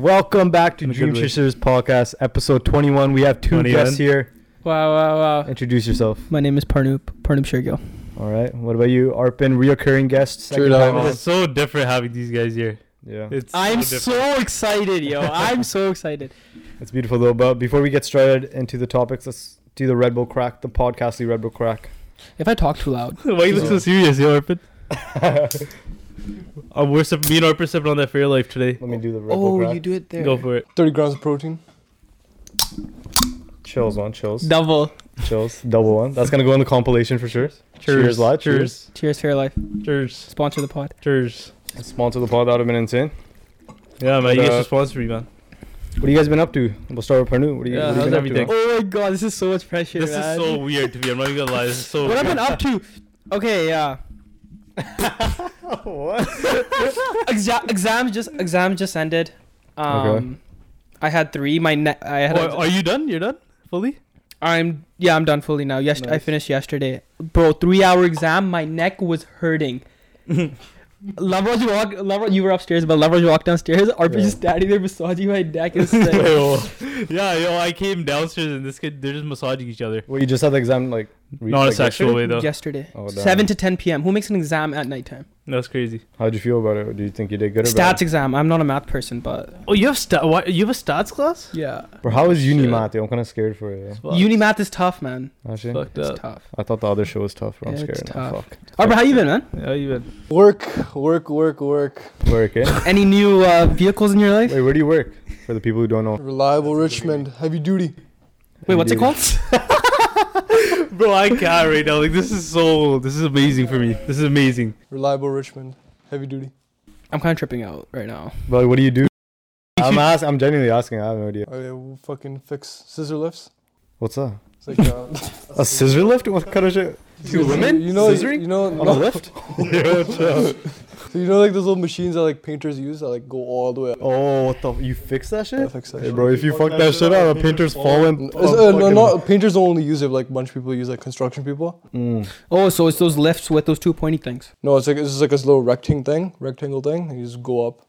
Welcome back to In a good Dream way. Chasers Podcast, episode 21. We have two 21. guests here. Wow, wow, wow. Introduce yourself. My name is Parnoop, Parnoop Shergill. All right. What about you, Arpin? Reoccurring guest. second True time that. on. It's so different having these guys here. Yeah. It's I'm different. so excited, yo. I'm so excited. It's beautiful though. But before we get started into the topics, let's do the Red Bull crack, the podcastly Red Bull crack. If I talk too loud, Why you look so serious, yo, Arpin? uh, we're sip- me and Arpin sipping on that for your life today. Let me do the Red Bull oh, crack. you do it there. Go for it. 30 grams of protein. chills on chills. Double. chills. Double one. That's gonna go in the compilation for sure. Cheers, Cheers, lad. Cheers. Cheers, Fair Life. Cheers. Sponsor the pod. Cheers. Sponsor the pod. That would have been insane. Yeah, man. But, You guys uh, should sponsor me, man. What have you guys been up to? We'll start with Parnu. What are you, Yeah, what have you how's been everything? up to? Oh my god, this is so much pressure, This is man. so weird to me. I'm not even gonna lie. This is so. what I've weird. been up to. Okay, yeah. what? Exa- exams just exams just ended. Um, Okay. I had three. My net. I had. Oh, are you done? You're done fully? I'm yeah, I'm done fully now. Yes, I Nice. finished yesterday, bro. Three hour exam, my neck was hurting. Lavraj walk, Lavraj, you were upstairs, but Lavraj walked downstairs. Arpit Yeah. just standing there massaging my neck and saying, yeah, yo. I came downstairs and this kid, they're just massaging each other. What you just had the exam like? re- Not in a like sexual yesterday? way though. yesterday, Oh, damn. seven to ten p.m. Who makes an exam at nighttime? That's crazy. How'd you feel about it? Or do you think you did good? Or Stats bad? exam. I'm not a math person, but Oh, you have stat? What? You have a stats class? yeah, Bro, how is uni Shit. math? Yo, I'm kind of scared for it. Fuck. uni math is tough, man. Actually, Fucked It's up. tough. I thought the other show was tough. Bro. I'm Yeah, it's scared. now. tough. Fuck. Arpit, how you been, man? Yeah, even. Work, work, work, work. Work, eh? Any new uh, vehicles in your life? Wait, where do you work? For the people who don't know. Reliable Richmond, heavy duty. Wait, what's it Dude. called? Bro, I can't right now. Like this is so. This is amazing for me. This is amazing. Reliable Richmond, heavy duty. I'm kind of tripping out right now. But what do you do? I'm ask, I'm genuinely asking. I have no idea. Okay, Oh, we'll fucking fix scissor lifts. What's up? It's like uh, A scissor lift? What kind of shit? Two women You know, scissoring you know, on a no, lift? Yo, chill. so you know, like those little machines that like painters use that like go all the way up. oh, what the? You fix that Yeah, shit? fix that Hey, shit. bro, if you fuck that shit up, a painter's falling. It's, uh, no, not, painters don't only use it. Like a bunch of people use like construction people. Mm. Oh, so it's those lifts with those two pointy things. No, it's like it's just like this little rectangle thing, rectangle thing. And you just go up.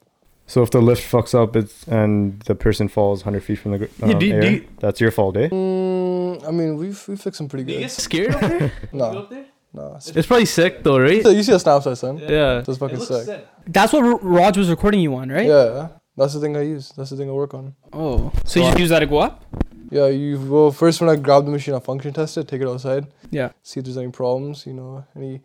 So if the lift fucks up, it's and the person falls 100 feet from the gr- um, Yeah, do you- air, do you- that's your fault, eh? Mm, I mean, we've we fixed them pretty good. scared up there? No, no. It's probably sick though, right? You see the Snapchat, son? Yeah. That's fucking sick. That's what R- Raj was recording you on, right? Yeah, that's the thing I use. That's the thing I work on. Oh. So you just use that to go up? Yeah, you well first when I grab the machine, I function test it, take it outside, Yeah. see if there's any problems. You know, any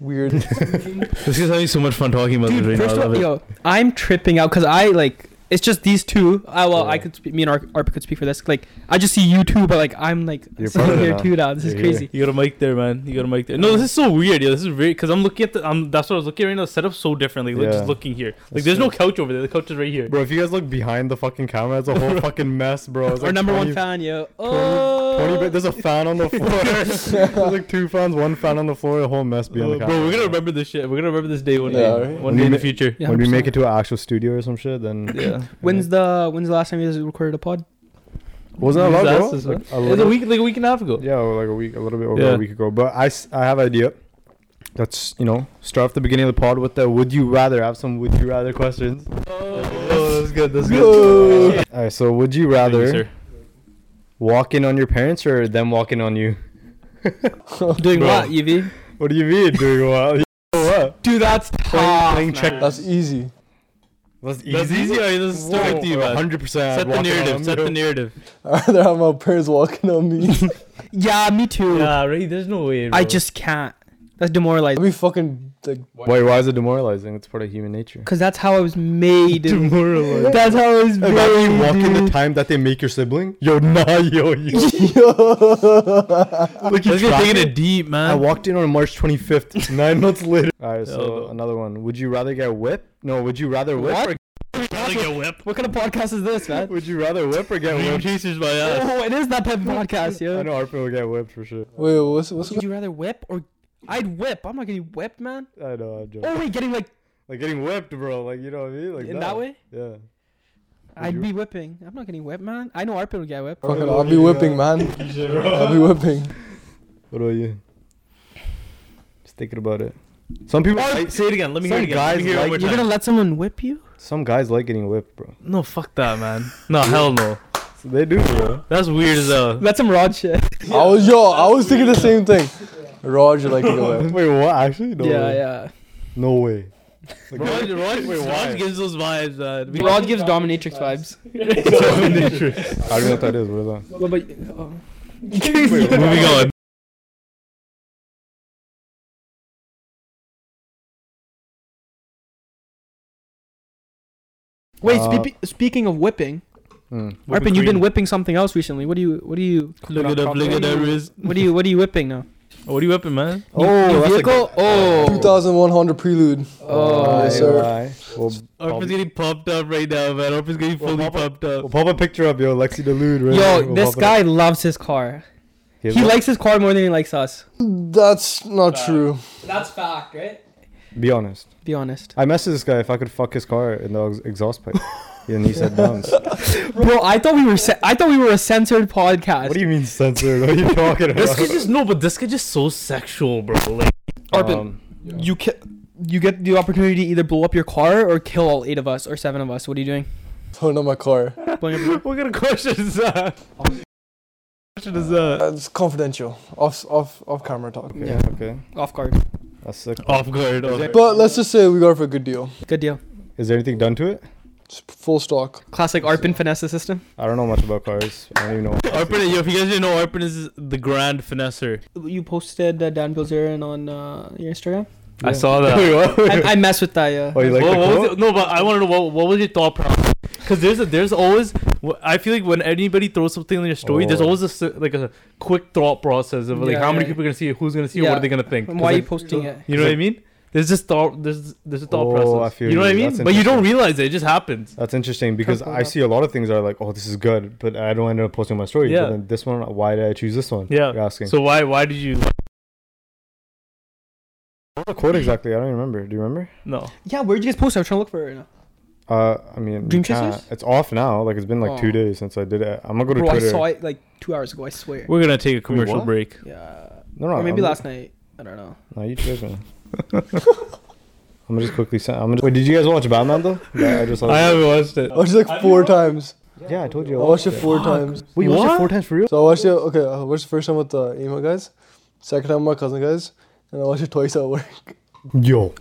weird. This is having so much fun talking about Dude, this right first now. I of love all, it. yo, I'm tripping out because I like it's just these two. I well, I Yeah. could speak, me and Ar- Arpa could speak for this. Like I just see you two, but like I'm like You're part sitting of it here now. too now. This is You're here. crazy. You got a mic there, man. You got a mic there. No, this is so weird. Yeah, this is weird because I'm looking at the. I'm, that's what I was looking at right now. Set up so differently. Like, Yeah. Just looking here. Like, That's there's no true. couch over there. The couch is right here. Bro, if you guys look behind the fucking camera, it's a whole fucking mess, bro. It's Our like number 20 one fan, yo. 20 Oh. bit- There's a fan on the floor. There's like two fans, one fan on the floor, a whole mess behind Bro, the camera. we're gonna remember this shit. We're gonna remember this day one Yeah, day. right? One day in the Yeah. future. Yeah, when we make 100%. it to an actual studio or some shit, then Yeah. When's the when's the last time you guys recorded a pod? wasn't that When's long, that bro? this Like, one? a It's a little- week, like a week and a half ago. Yeah, or like a week, a little bit over Yeah. a week ago. But I, s- I have an idea. That's you know start off the beginning of the pod with the would you rather. I have some would you rather questions. Oh, that's good. That's Yo. good. All right, so would you Thank you, rather sir. walk in on your parents or them walking on you? Doing Bro. what, Evie? What do you mean doing what? what? Dude, that's tough. playing man. check- that's easy. That's easy. That's easy. Alright, let's start with you, man. Hundred percent. Set the narrative. Set the narrative. I'd rather have my parents walking on me. Yeah, me too. Yeah, right. There's no way. I bro. just can't. That's demoralizing. I'd be fucking like. Wait, why is it demoralizing? It's part of human nature. Cause that's how I was made. Demoralizing. that's how I was made. Imagine you walk in the dude. time that they make your sibling. Yo, nah, yo, yo. Look, you Let's get track taking it. it deep, man. I walked in on March 25th, nine months later. All right, Hell so no. another one. Would you rather get whipped? No, would you rather whip? What? Or, Like a whip. What kind of podcast is this, man? would you rather whip or get Dream whipped? chasers by us. oh, it is that type of podcast, I yo. know Arpin will get whipped for sure. Wait, what's what's? Would you rather whip or? I'd whip. I'm not getting whipped, man. I know, I'm joking. Oh wait, getting like Like getting whipped, bro. Like, you know what I mean? Like in that way? Yeah. I'd you? be whipping. I'm not getting whipped, man. I know our people would get whipped. Fucking, I'll be whipping, man. I'll be whipping. What about you? Just thinking about it. Some people, Oh, like, Say it again. Let me hear Some it again. Let me guys hear it one like- more You're time. gonna let someone whip you? some guys like getting whipped, bro. No, fuck that, man. No, hell no. They do, bro. That's weird as hell. That's some rod shit. I was yo, I was thinking the same thing. Roger like to go out. Wait, what? Actually, no. yeah, way. yeah. No way. Rod, Rod, Rod gives those vibes, man. We- Rod gives dominatrix vibes. I don't know what that is. What is that? What about you? Oh. Moving on. Wait, Uh, speaking speaking of whipping, Mm. Arpin, you've been whipping something else recently. What do you? What do you? Look it up, look it up, Riz. What do you? What are you whipping now? What are you whipping, man? Oh, that's a vehicle? good- oh. 2001 Honda Prelude. Oh, Aye, yes, sir. aye. We'll, Arpin's getting pumped up right now, man. Arpin's getting fully pumped we'll up. pop a picture up, yo. Lexi Delude, right? Yo, We'll pop this it up. guy loves his car. He's He like- likes his car more than he likes us. That's not true. That's fact, right? Be honest. Be honest, I messaged this guy if I could fuck his car in the ex- exhaust pipe, and he said no. bro. I thought we were. Cen- I thought we were a censored podcast. What do you mean censored? What are you talking about? This kid just no, but this kid just so sexual, bro. Like Arpin, Um, you ca- You get the opportunity to either blow up your car or kill all eight of us or seven of us. What are you doing? Throwing on my car. Blowing up your- what kind of question is that? question is that? That's Uh, confidential. Off off off camera talk. okay, yeah. okay, Off guard. that's sick. Off guard. Off guard. But let's just say we got it for a good deal. Good deal. Is there anything done to it? Just full stock. Classic Arpin finesse system. I don't know much about cars. I don't even know. Arpin, yo, if you guys didn't know, Arpin is the grand finesser. You posted uh, Dan Bilzerian on uh, your Instagram. I Yeah. saw that. Wait, what? I, I mess with that. Yeah. Oh, you like What- the what was quote? it- no, but I want to know what, what was your thought process? Because there's a, there's always wh- I feel like when anybody throws something in your story, there's Oh. always a s like a quick thought process of like Yeah, how many yeah. people are gonna see it, who's gonna see it, what Yeah. are they gonna think? And Why are you 'Cause, posting it? like, you know what I mean? There's this thought there's there's a thought Oh, I process. feel You know what I you. mean? That's But you don't interesting. realize it. It just happens. That's interesting because Can't pull I it up. see a lot of things that are like, oh, this is good, but I don't end up posting my story. Yeah. But then this one, why did I choose this one? Yeah. You're asking. So why why did you what was the quote exactly? I don't remember. Do you remember? no? Yeah, where'd you guys post it? I'm trying to look for it right now. Uh, I mean, you Dream can't- Chasers? It's off now. Like it's been like two Oh. days since I did it. I'm gonna go to Bro, I Twitter. saw it like two hours ago. I swear. We're gonna take a commercial what? break. Yeah. No, no, Or maybe I'm- last night. I don't know. No, you tripping. I'm gonna just quickly send. I'm gonna. Wait, did you guys watch Batman though? Yeah, I just. saw I Oh, it. haven't watched it. I Oh, watched it like four times. Yeah, I told you. I watched it four times. Wait, you watched What? it four times for real? So I watched it. Okay, I watched the first time with the emo guys, second time with my cousin guys, and I watched it twice at work. Yo.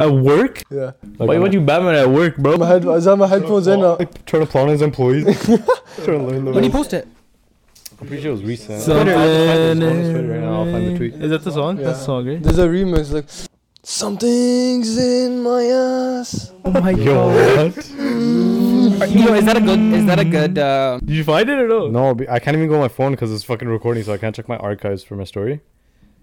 At work? Yeah. Like, why would you Batman at work, bro? My head. I was having my headphones in. Uh, Like, trying to plan his employees. trying to learn the. When you ways. post it? I'm pretty sure it was recent. Something- I'll find the tweet. Is that the song? Yeah. That's the song, right? there's a remix like. Something's in my ass. Oh my Yo, what? You know, is that a good? Is that a good? Uh, Did you find it or no? No, be- I can't even go on my phone because it's fucking recording, so I can't check my archives for my story.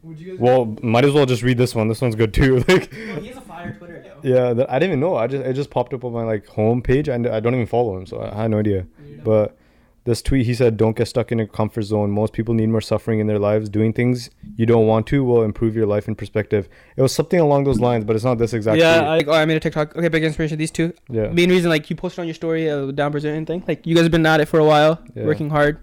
Well, might as well just read this one. This one's good too. Like, he has a fire Twitter though. yeah, that, I didn't even know. I just it just popped up on my like home page, and I don't even follow him, so I had no idea. But this tweet, he said, "Don't get stuck in a comfort zone. Most people need more suffering in their lives. Doing things you don't want to will improve your life and perspective." It was something along those lines, but it's not this exact. Yeah, tweet. I, Like, oh, I made a TikTok. Okay, big inspiration. These two. yeah. Main reason, like, you posted on your story uh, down Brazilian thing. Like, you guys have been at it for a while, Yeah. working hard,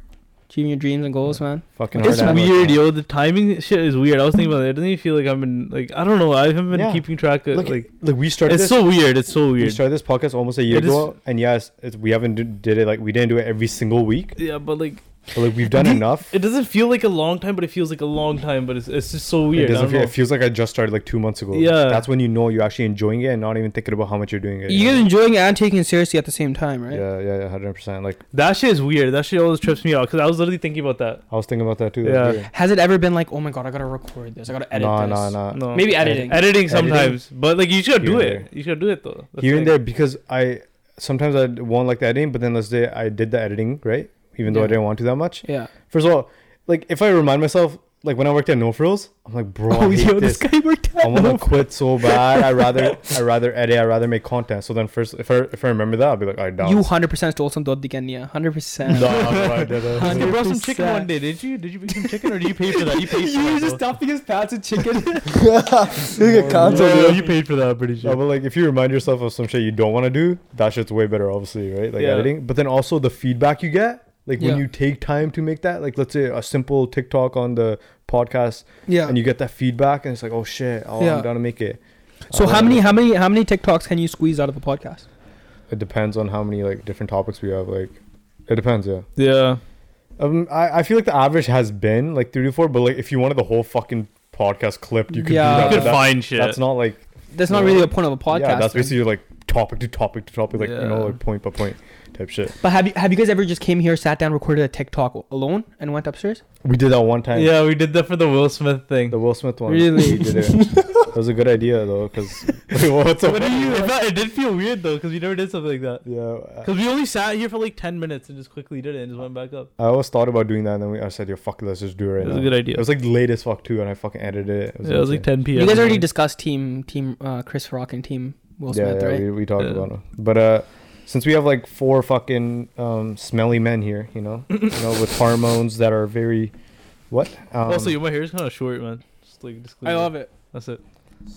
achieving your dreams and goals, man. Fucking It's It's hard ass. weird, yo. The timing shit is weird. I was thinking about it. It doesn't even feel like I've been like I don't know. I haven't been Yeah. keeping track of Look, like. Like we started. It's this- so weird. It's so We weird. started this podcast almost a year It is- ago, and yes, it's, we haven't d- did it like we didn't do it every single week, Yeah, but like but like we've done The- enough. it doesn't feel like a long time, but it feels like a long time. But it's it's just so It weird. I doesn't don't feel. know. It feels like I just started like two months ago. Yeah. that's when you know you're actually enjoying it and not even thinking about how much you're doing it. you You guys know? enjoying it and taking it seriously at the same time, right? Yeah, yeah, yeah, hundred percent. Like that shit is weird. That shit always trips me out because I was literally thinking about that. I was thinking about that too. Yeah. Yeah, Has it ever been like, oh my god, I gotta record this, I gotta edit nah, this? nah, nah. No. Maybe editing. Editing sometimes, but like you just gotta Here do and it. You gotta do it though. That's Here and the there thing. because I sometimes I won't like the editing, but then let's say I did the editing right, even though I Yeah. didn't want to that much. Yeah. First of all, like if I remind myself, like when I worked at No Frills, I'm like, Oh, bro, I hate this. Oh, guy worked I want to quit so bad. I rather I rather edit. I rather make content. So then first, if I if I remember that, I'll be like, I doubt. You hundred percent stole some dodi kenya. Hundred percent. You Nah, brought some chicken 100%. one day, did you? Did you bring some chicken or did you pay for that? You paid for that. though. stuffing his pants with chicken. you get No, no, no, canceled. you paid for that. I'm pretty sure. but like if you remind yourself of some shit you don't want to do, that shit's way better, obviously, right? Like Yeah. editing. But then also the feedback you get, like Yeah. when you take time to make that, like let's say a simple TikTok on the podcast, yeah. and you get that feedback, and it's like, oh shit, oh, Yeah. I'm gonna make it. So Oh. how many how many how many TikToks can you squeeze out of a podcast? It depends on how many like different topics we have. Like, it depends. Yeah. Yeah. Um, I, I feel like the average has been like three to four, but like if you wanted the whole fucking podcast clipped, you could Yeah. do that. You You but could Uh, that's, find shit. that's not like That's not really a point of a podcast. Yeah, that's then. basically like topic to topic to topic, like you know, Yeah. like point by point type shit. But have you have you guys ever just came here, sat down, recorded a TikTok alone, and went upstairs? We did that one time. yeah, we did that for the Will Smith thing. The Will Smith one. Really? We did it. that was a good idea though, because what's up? What do you? It, felt- it did feel weird though, because we never did something like that. Yeah. uh, Because we only sat here for like ten minutes and just quickly did it and just went back up. I always thought about doing that, and then we, I said, "Yo, fuck, it, let's just do it right It was now." a good idea. It was like late as fuck too, and I fucking edited it. It yeah, it was like insane. ten p.m. you guys already discussed team team uh, Chris Rock and team Will yeah, Smith, yeah, right? we, we talked Yeah. about it. But uh, since we have like four fucking um, smelly men here, you know, you know, with hormones that are very, what? Um, also, yo, my hair is kind of short, man. Just like I love it. That's it.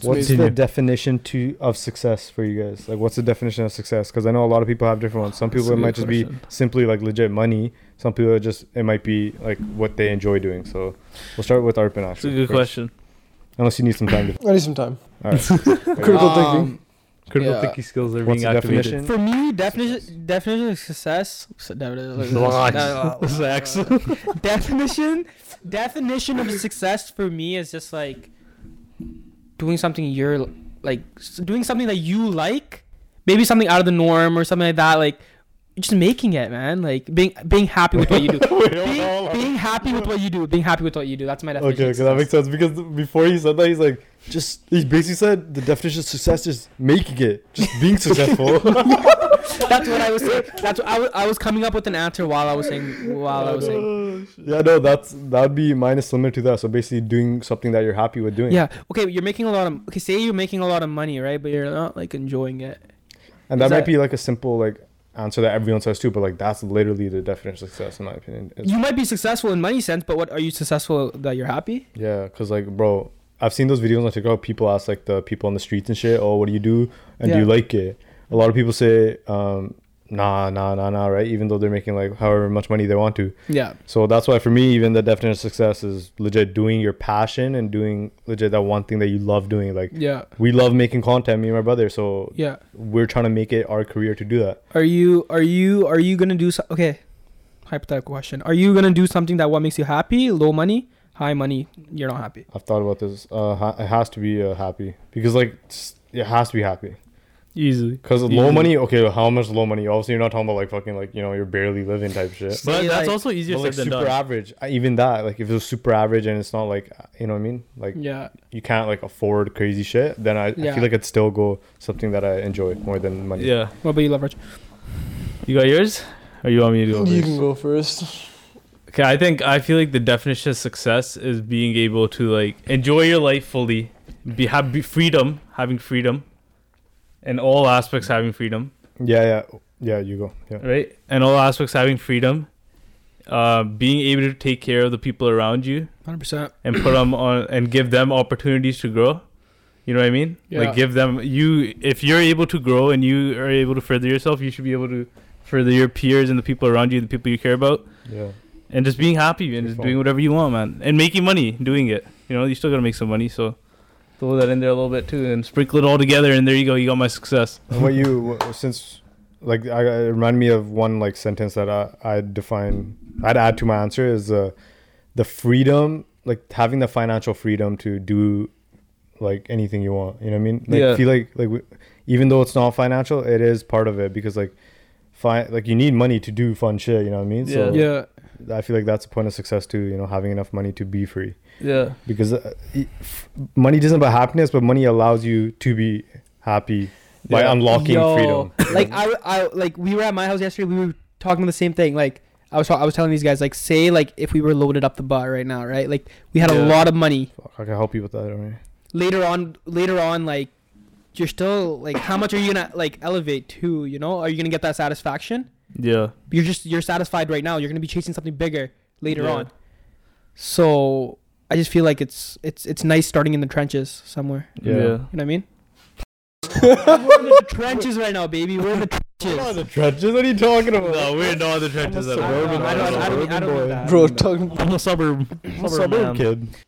what's Continue. the definition to of success for you guys? Like, what's the definition of success? Because I know a lot of people have different ones. Some That's people a it good might just be question. simply like legit money. Some people it just it might be like what they enjoy doing. So we'll start with Arpin actually. It's a good first. question. Unless you need some time to. I need some time. All right. Critical thinking. Critical Yeah. thinking skills are What's being the activated. definition? Um, For me, definition definition of success. Sex. definition definition of success for me is just like doing something you're like s- doing something that you like maybe something out of the norm or something like that like just making it man like being being happy with what you do being, being happy with what you do being happy with what you do that's my definition Okay, of okay, that makes success. sense because th- before he said that, he's like, just he basically said the definition of success is making it, just being successful. that's what i was saying that's what I wa- I was coming up with an answer while i was saying while i was saying yeah, no, that's that would be minus similar to that. So basically, doing something that you're happy with doing. yeah okay you're making a lot of okay say you're making a lot of money right but you're not like enjoying it and that Is might that- be like a simple like answer that everyone says too, but like that's literally the definition of success in my opinion. It's, you might be successful in money sense but what are you successful that you're happy yeah, because like, bro, I've seen those videos on TikTok. People ask like the people on the streets and shit, "Oh, what do you do? And do you Yeah. like it?" A lot of people say, um, "Nah, nah, nah, nah," right? Even though they're making like however much money they want to. yeah So that's why for me, even the definition of success is legit doing your passion and doing legit that one thing that you love doing. Like yeah we love making content, me and my brother. So yeah we're trying to make it our career to do that. are you are you are you gonna do so- okay hypothetical question are you gonna do something that what makes you happy low money high money you're not happy I've thought about this. Uh, ha- it has to be uh, happy because like s- it has to be happy. Easily. Because low Easily. money, okay, how much low money? Obviously, you're not talking about like fucking like you know you're barely living type shit. Say, But that's like- also easier But, like said than super done. average, Uh, even that like if it was super average and it's not like uh, you know what I mean, like yeah you can't like afford crazy shit, then I, I Yeah. feel like I'd still go something that I enjoy more than money. Yeah. what about you leverage You got yours? Or you want me to go You can first? go first. Okay, I think I feel like the definition of success is being able to like enjoy your life fully, be happy, freedom, having freedom, in all aspects having freedom, Yeah, yeah, yeah. You go. Yeah, right? In all aspects having freedom, uh, being able to take care of the people around you, 100% and put them on and give them opportunities to grow. You know what I mean? Yeah. Like give them you if you're able to grow and you are able to further yourself, you should be able to further your peers and the people around you, the people you care about, yeah. and just being happy and Good just point. doing whatever you want, man, and making money doing it. You know, you still gotta make some money, so throw that in there a little bit too, and sprinkle it all together, and there you go, you got my success. And what you wh- since like I, it remind me of one like sentence that I I define I'd add to my answer is uh, the freedom like having the financial freedom to do like anything you want. You know what I mean? Like Yeah. feel like like w- even though it's not financial, it is part of it because like. Fi- like you need money to do fun shit, you know what I mean? So yeah I feel like that's a point of success too, you know, having enough money to be free Yeah. because uh, e- f- money doesn't buy happiness, but money allows you to be happy by Yeah. unlocking freedom. like I, I like we were at my house yesterday we were talking about the same thing like i was ta- i was telling these guys like say like if we were loaded up the bar right now right like we had Yeah. a lot of money Fuck, I can help you with that, alright? later on later on like you're still like how much are you gonna like elevate to you know are you gonna get that satisfaction Yeah. you're just you're satisfied right now you're gonna be chasing something bigger later Yeah. on so i just feel like it's it's it's nice starting in the trenches somewhere Yeah. you know what i mean we're in the trenches right now baby we're in the trenches trenches? What are you talking No, we're not the trenches at at all. I don't know, all. I don't, I don't, I don't know that. Bro, talking I'm a suburb. Suburb man.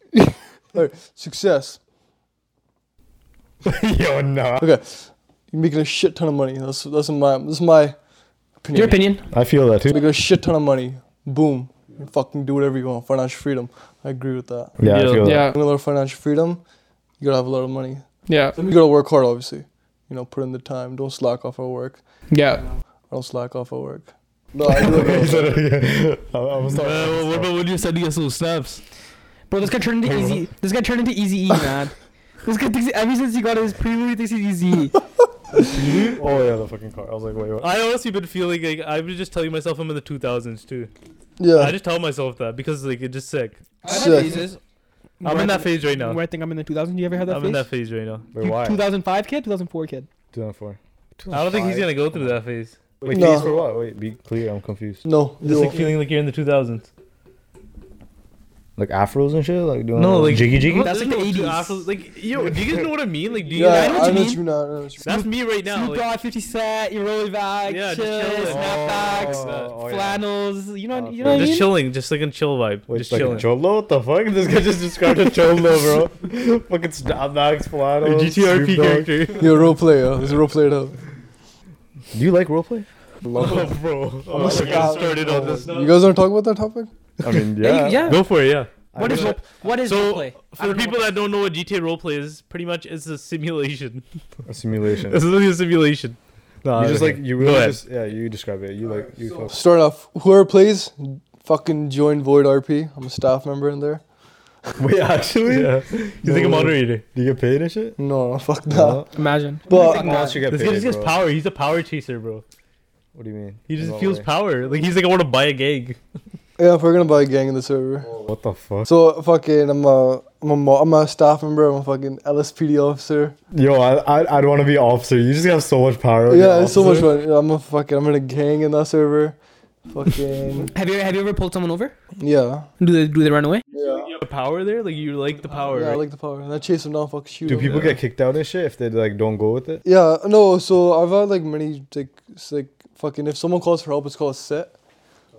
kid. Alright, success. Yo, no. Okay, you're making a shit ton of money. That's that's my that's my opinion. Your opinion? I feel that too. You're making a shit ton of money. Boom. You fucking do whatever you want. Financial freedom. I agree with that. Yeah, I Yeah. feel that. You want a lot of financial freedom. You gotta have a lot of money. Yeah. You gotta work hard, obviously. You know, put in the time. Don't slack off at work. Yeah. I don't slack off at work. No, I do. He said it, yeah. I- I was talking- Well, Uh, what about when you said yes to snaps? Bro, this guy turned into easy. This guy turned into Easy E, man. this guy thinks ever since he got his preview, he thinks he's Easy. E. Oh yeah, the fucking car. I was like, wait, what? I honestly been feeling like I was just telling myself I'm in the 2000s too. I Yeah. just tell myself that because like it's just sick. Sick. I'm in that phase right now. Where I think I'm in the 2000. You ever had that I'm phase? in that phase right now. Wait, why? 2005 kid, 2004 kid. 2004. Oh, I don't think he's gonna go through that phase. Wait, No. please for what? Wait, be clear. I'm confused. No. you Just like won't. feeling like you're in the 2000s. Like afros and shit. Like doing No, like jiggy jiggy. What- That's like no, the dude, 80s. after- Like, yo, do you guys know what I mean? Like, do you? Yeah, I know what I you know mean. what you mean. I know what you mean. That's me right now. Snoop like- Dogg, 50 Cent, your Rolly Bag, Yeah, just chill, chilling. snapbacks, Oh, oh, yeah. flannels. You know, Oh, you know what I just mean? chilling, just like a chill vibe. Wait, just like chilling. a cholo? What the fuck? This guy just described a cholo, bro. Fucking snapbacks, flatos. GTRP character. You're a role player. Let's role play it up. Do you like roleplay? Love it. Oh, bro. I'm gonna started stop. on this. You guys want to talk about that topic? I mean, Yeah, yeah. you- yeah. Go for it, yeah. I What mean, is role, what is So, role play? For the people that don't know what GTA roleplay is, pretty much it's a simulation. a simulation? It's literally a simulation. you just like you really ahead. just yeah. You describe it. You like you. fuck- Start off. Whoever plays, fucking join Void RP. I'm a staff member in there. Wait, actually, Yeah. You think a No. moderator? do you get paid and shit? No, no, fuck that. No. Imagine. But Fuck that, you get This guy paid, just gets bro. power. He's a power chaser, bro. What do you mean? He just No feels way. power. Like he's like, I want to buy a gang. yeah, if we're gonna buy a gang in the server. What the fuck? So fucking, I'm a, I'm a, mo- I'm a staff member. I'm a fucking LSPD officer. Yo, I I, I don't want to be officer. You just have so much power. yeah, it's so much fun. Yeah, I'm a fucking, I'm in a gang in that server. Fucking, Have you have you ever pulled someone over? yeah. Do they do they run away? Yeah. You have power there. Like you like the power. Yeah, I right? like the power. And I chase them down, fuck shoot Do them. people get kicked out and shit if they like don't go with it? Yeah, no. So I've had like many like s- like fucking. If someone calls for help, it's called a set.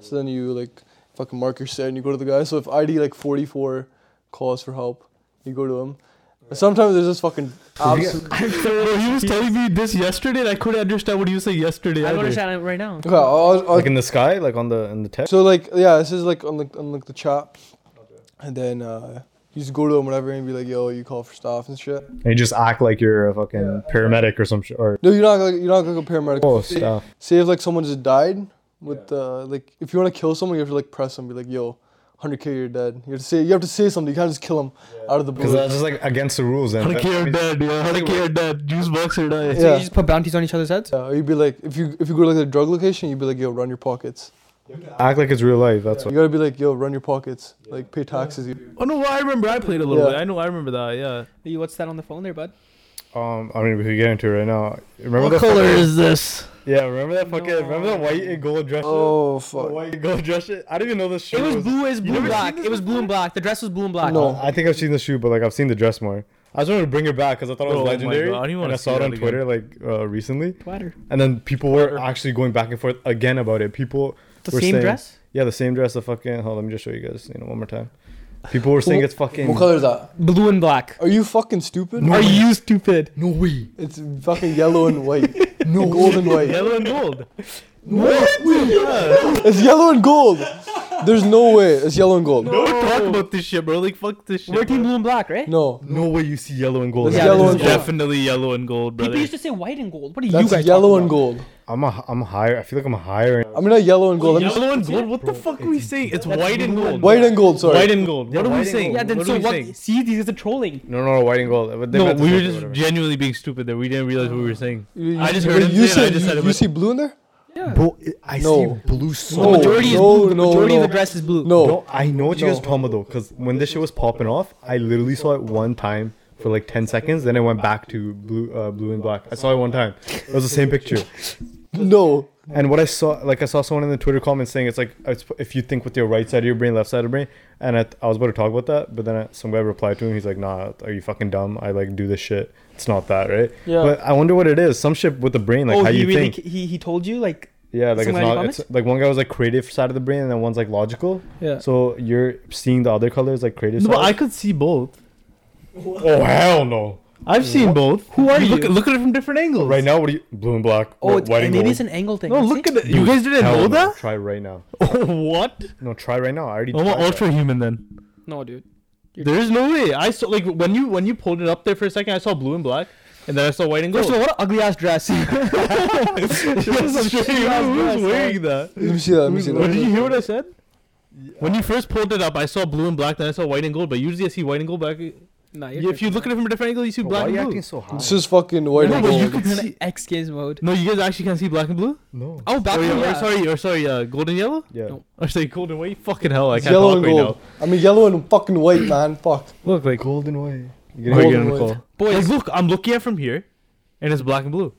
So then you like fucking mark your set and you go to the guy. So if ID like forty four calls for help, you go to him. And sometimes there's just fucking absolute. Bro, he was telling me this yesterday, and I couldn't understand what he was saying yesterday. I either. don't understand it right now. Okay, I'll, I'll, Like in the sky, like on the in the text. so like yeah, this is like on like on like the chat, and then uh, you just go to him whatever and be like, yo, you call for staff and shit. And you just act like you're a fucking paramedic or some shit. Or No, you're not like you're not like a paramedic. oh, staff. Say if like someone just died with uh, like if you want to kill someone, you have to like press them, be like, "Yo, 100k, you're dead." You have to say you have to say something. You can't just kill him out of the Because blue. that's just like against the rules. And Hurricane dead, yeah. Hurricane dead. Juice box or die. So Yeah. you just put bounties on each other's heads? Yeah, or you'd be like, if you if you go to like a drug location, you'd be like, "Yo, run your pockets." act like it's real life. That's You what. gotta be like, "Yo, run your pockets." Like pay taxes. You. Oh no, I remember I played a little Yeah. bit. I know I remember that, yeah. Hey, What's that on the phone there, bud? Um, I mean, we could get into it right now. Remember the is this? Yeah, remember that fucking. Remember that No. white and gold dress. shit? Oh The fuck. white and gold dress. shit? I didn't even know this shoe. It was blue. It was blue and never black. It was blue and black. The dress was blue and black. No. I think I've seen the shoe, but like I've seen the dress more. I just wanted to bring it back because I thought it Bro, oh was my legendary, God, I don't even and wanna I see saw it that on again. Twitter like uh, recently, Twitter. and then people were actually going back and forth again about it. People The were same saying- dress. Yeah, the same dress. The fucking. Hold on, let me just show you guys. You know, one more time. People were saying it's fucking. What color is that? Blue and black. Are you fucking stupid? Are you stupid? No way. It's fucking yellow and white. no, gold and white. Yellow and gold. It's yellow and gold. There's no way. It's yellow and gold. No. Don't talk about this shit, bro. Like fuck this shit. We're team bro. blue and black, right? No way. You see yellow and gold. It's right? yellow This and is gold. definitely yellow and gold, brother. People used to say white and gold. What are you That's guys? yellow talking and gold. I'm a. I'm higher. I feel like I'm higher. I'm not yellow and gold. I'm just Yellow and gold? What the fuck are we saying? It's white and gold. white and gold. Sorry. White and gold. What Yeah, are we white and saying? gold. Yeah, then what so are we what? saying? See, these are trolling. No, no, white and gold. But they No, meant the we were same thing, just whatever. genuinely being stupid there. We didn't realize what we were saying. You, you, I just heard wait, him you say it, see, I just said it you was- see blue in there? Bro, I No. see blue No, so much. Majority is no, blue. The no, majority of the no. dress is blue. No. No, I know what you guys are talking about though, because when this shit was popping off, I literally saw it one time for like ten seconds, then I went back to blue, uh, blue and black. I saw it one time. It was the same picture. No. And what I saw, like I saw someone in the Twitter comments saying it's like it's, if you think with your right side of your brain, left side of your brain. And I, I was about to talk about that, but then I, some guy replied to him. He's like, "Nah, are you fucking dumb? I like do this shit. It's not that, right? Yeah. But I wonder what it is. Some shit with the brain, like oh, how he you really think. he he told you like Yeah, like it's Somebody not. comments? It's like one guy was like creative side of the brain, and then one's like logical. yeah. So you're seeing the other colors like creative. No, but side. I could see both. Oh hell no! I've seen both. Who are Look, you? look at it from different angles. Right now, what do you? Blue and black. Oh, wh- it's, white and and it gold. is an angle thing. No, is look it? at it. You guys didn't Hell know no. that? Try right now. what? No, try right now. I already. I'm an tried that. ultra human then. No, dude. You're- There's no way. I saw like when you when you pulled it up there for a second. I saw blue and black, and then I saw white and gold. First of all, what an ugly ass dress. Yes, Shitty who- ass who's dress, wearing that? Let me see that. Let me see that. What, did you hear what I said? When you first pulled it up, I saw blue and black, then I saw white and gold. But usually I see white and gold back. nah, you're If you look at it from a different angle, you see Bro, black why are and you blue. acting so high? This is fucking white No, and but you gold. could different. You're see- in X Games mode. No, you guys actually can't see black and blue. no. Oh, back Or, yeah, yeah, or sorry, or sorry, uh, gold and yellow. Yeah. No. Or say gold and white. Fucking hell, I It's can't yellow talk and right gold. now. I mean, yellow and fucking white, man. Fuck. Look like Golden way. You Golden We're getting getting a white. call. Like, look, I'm looking at from here, and it's black and blue.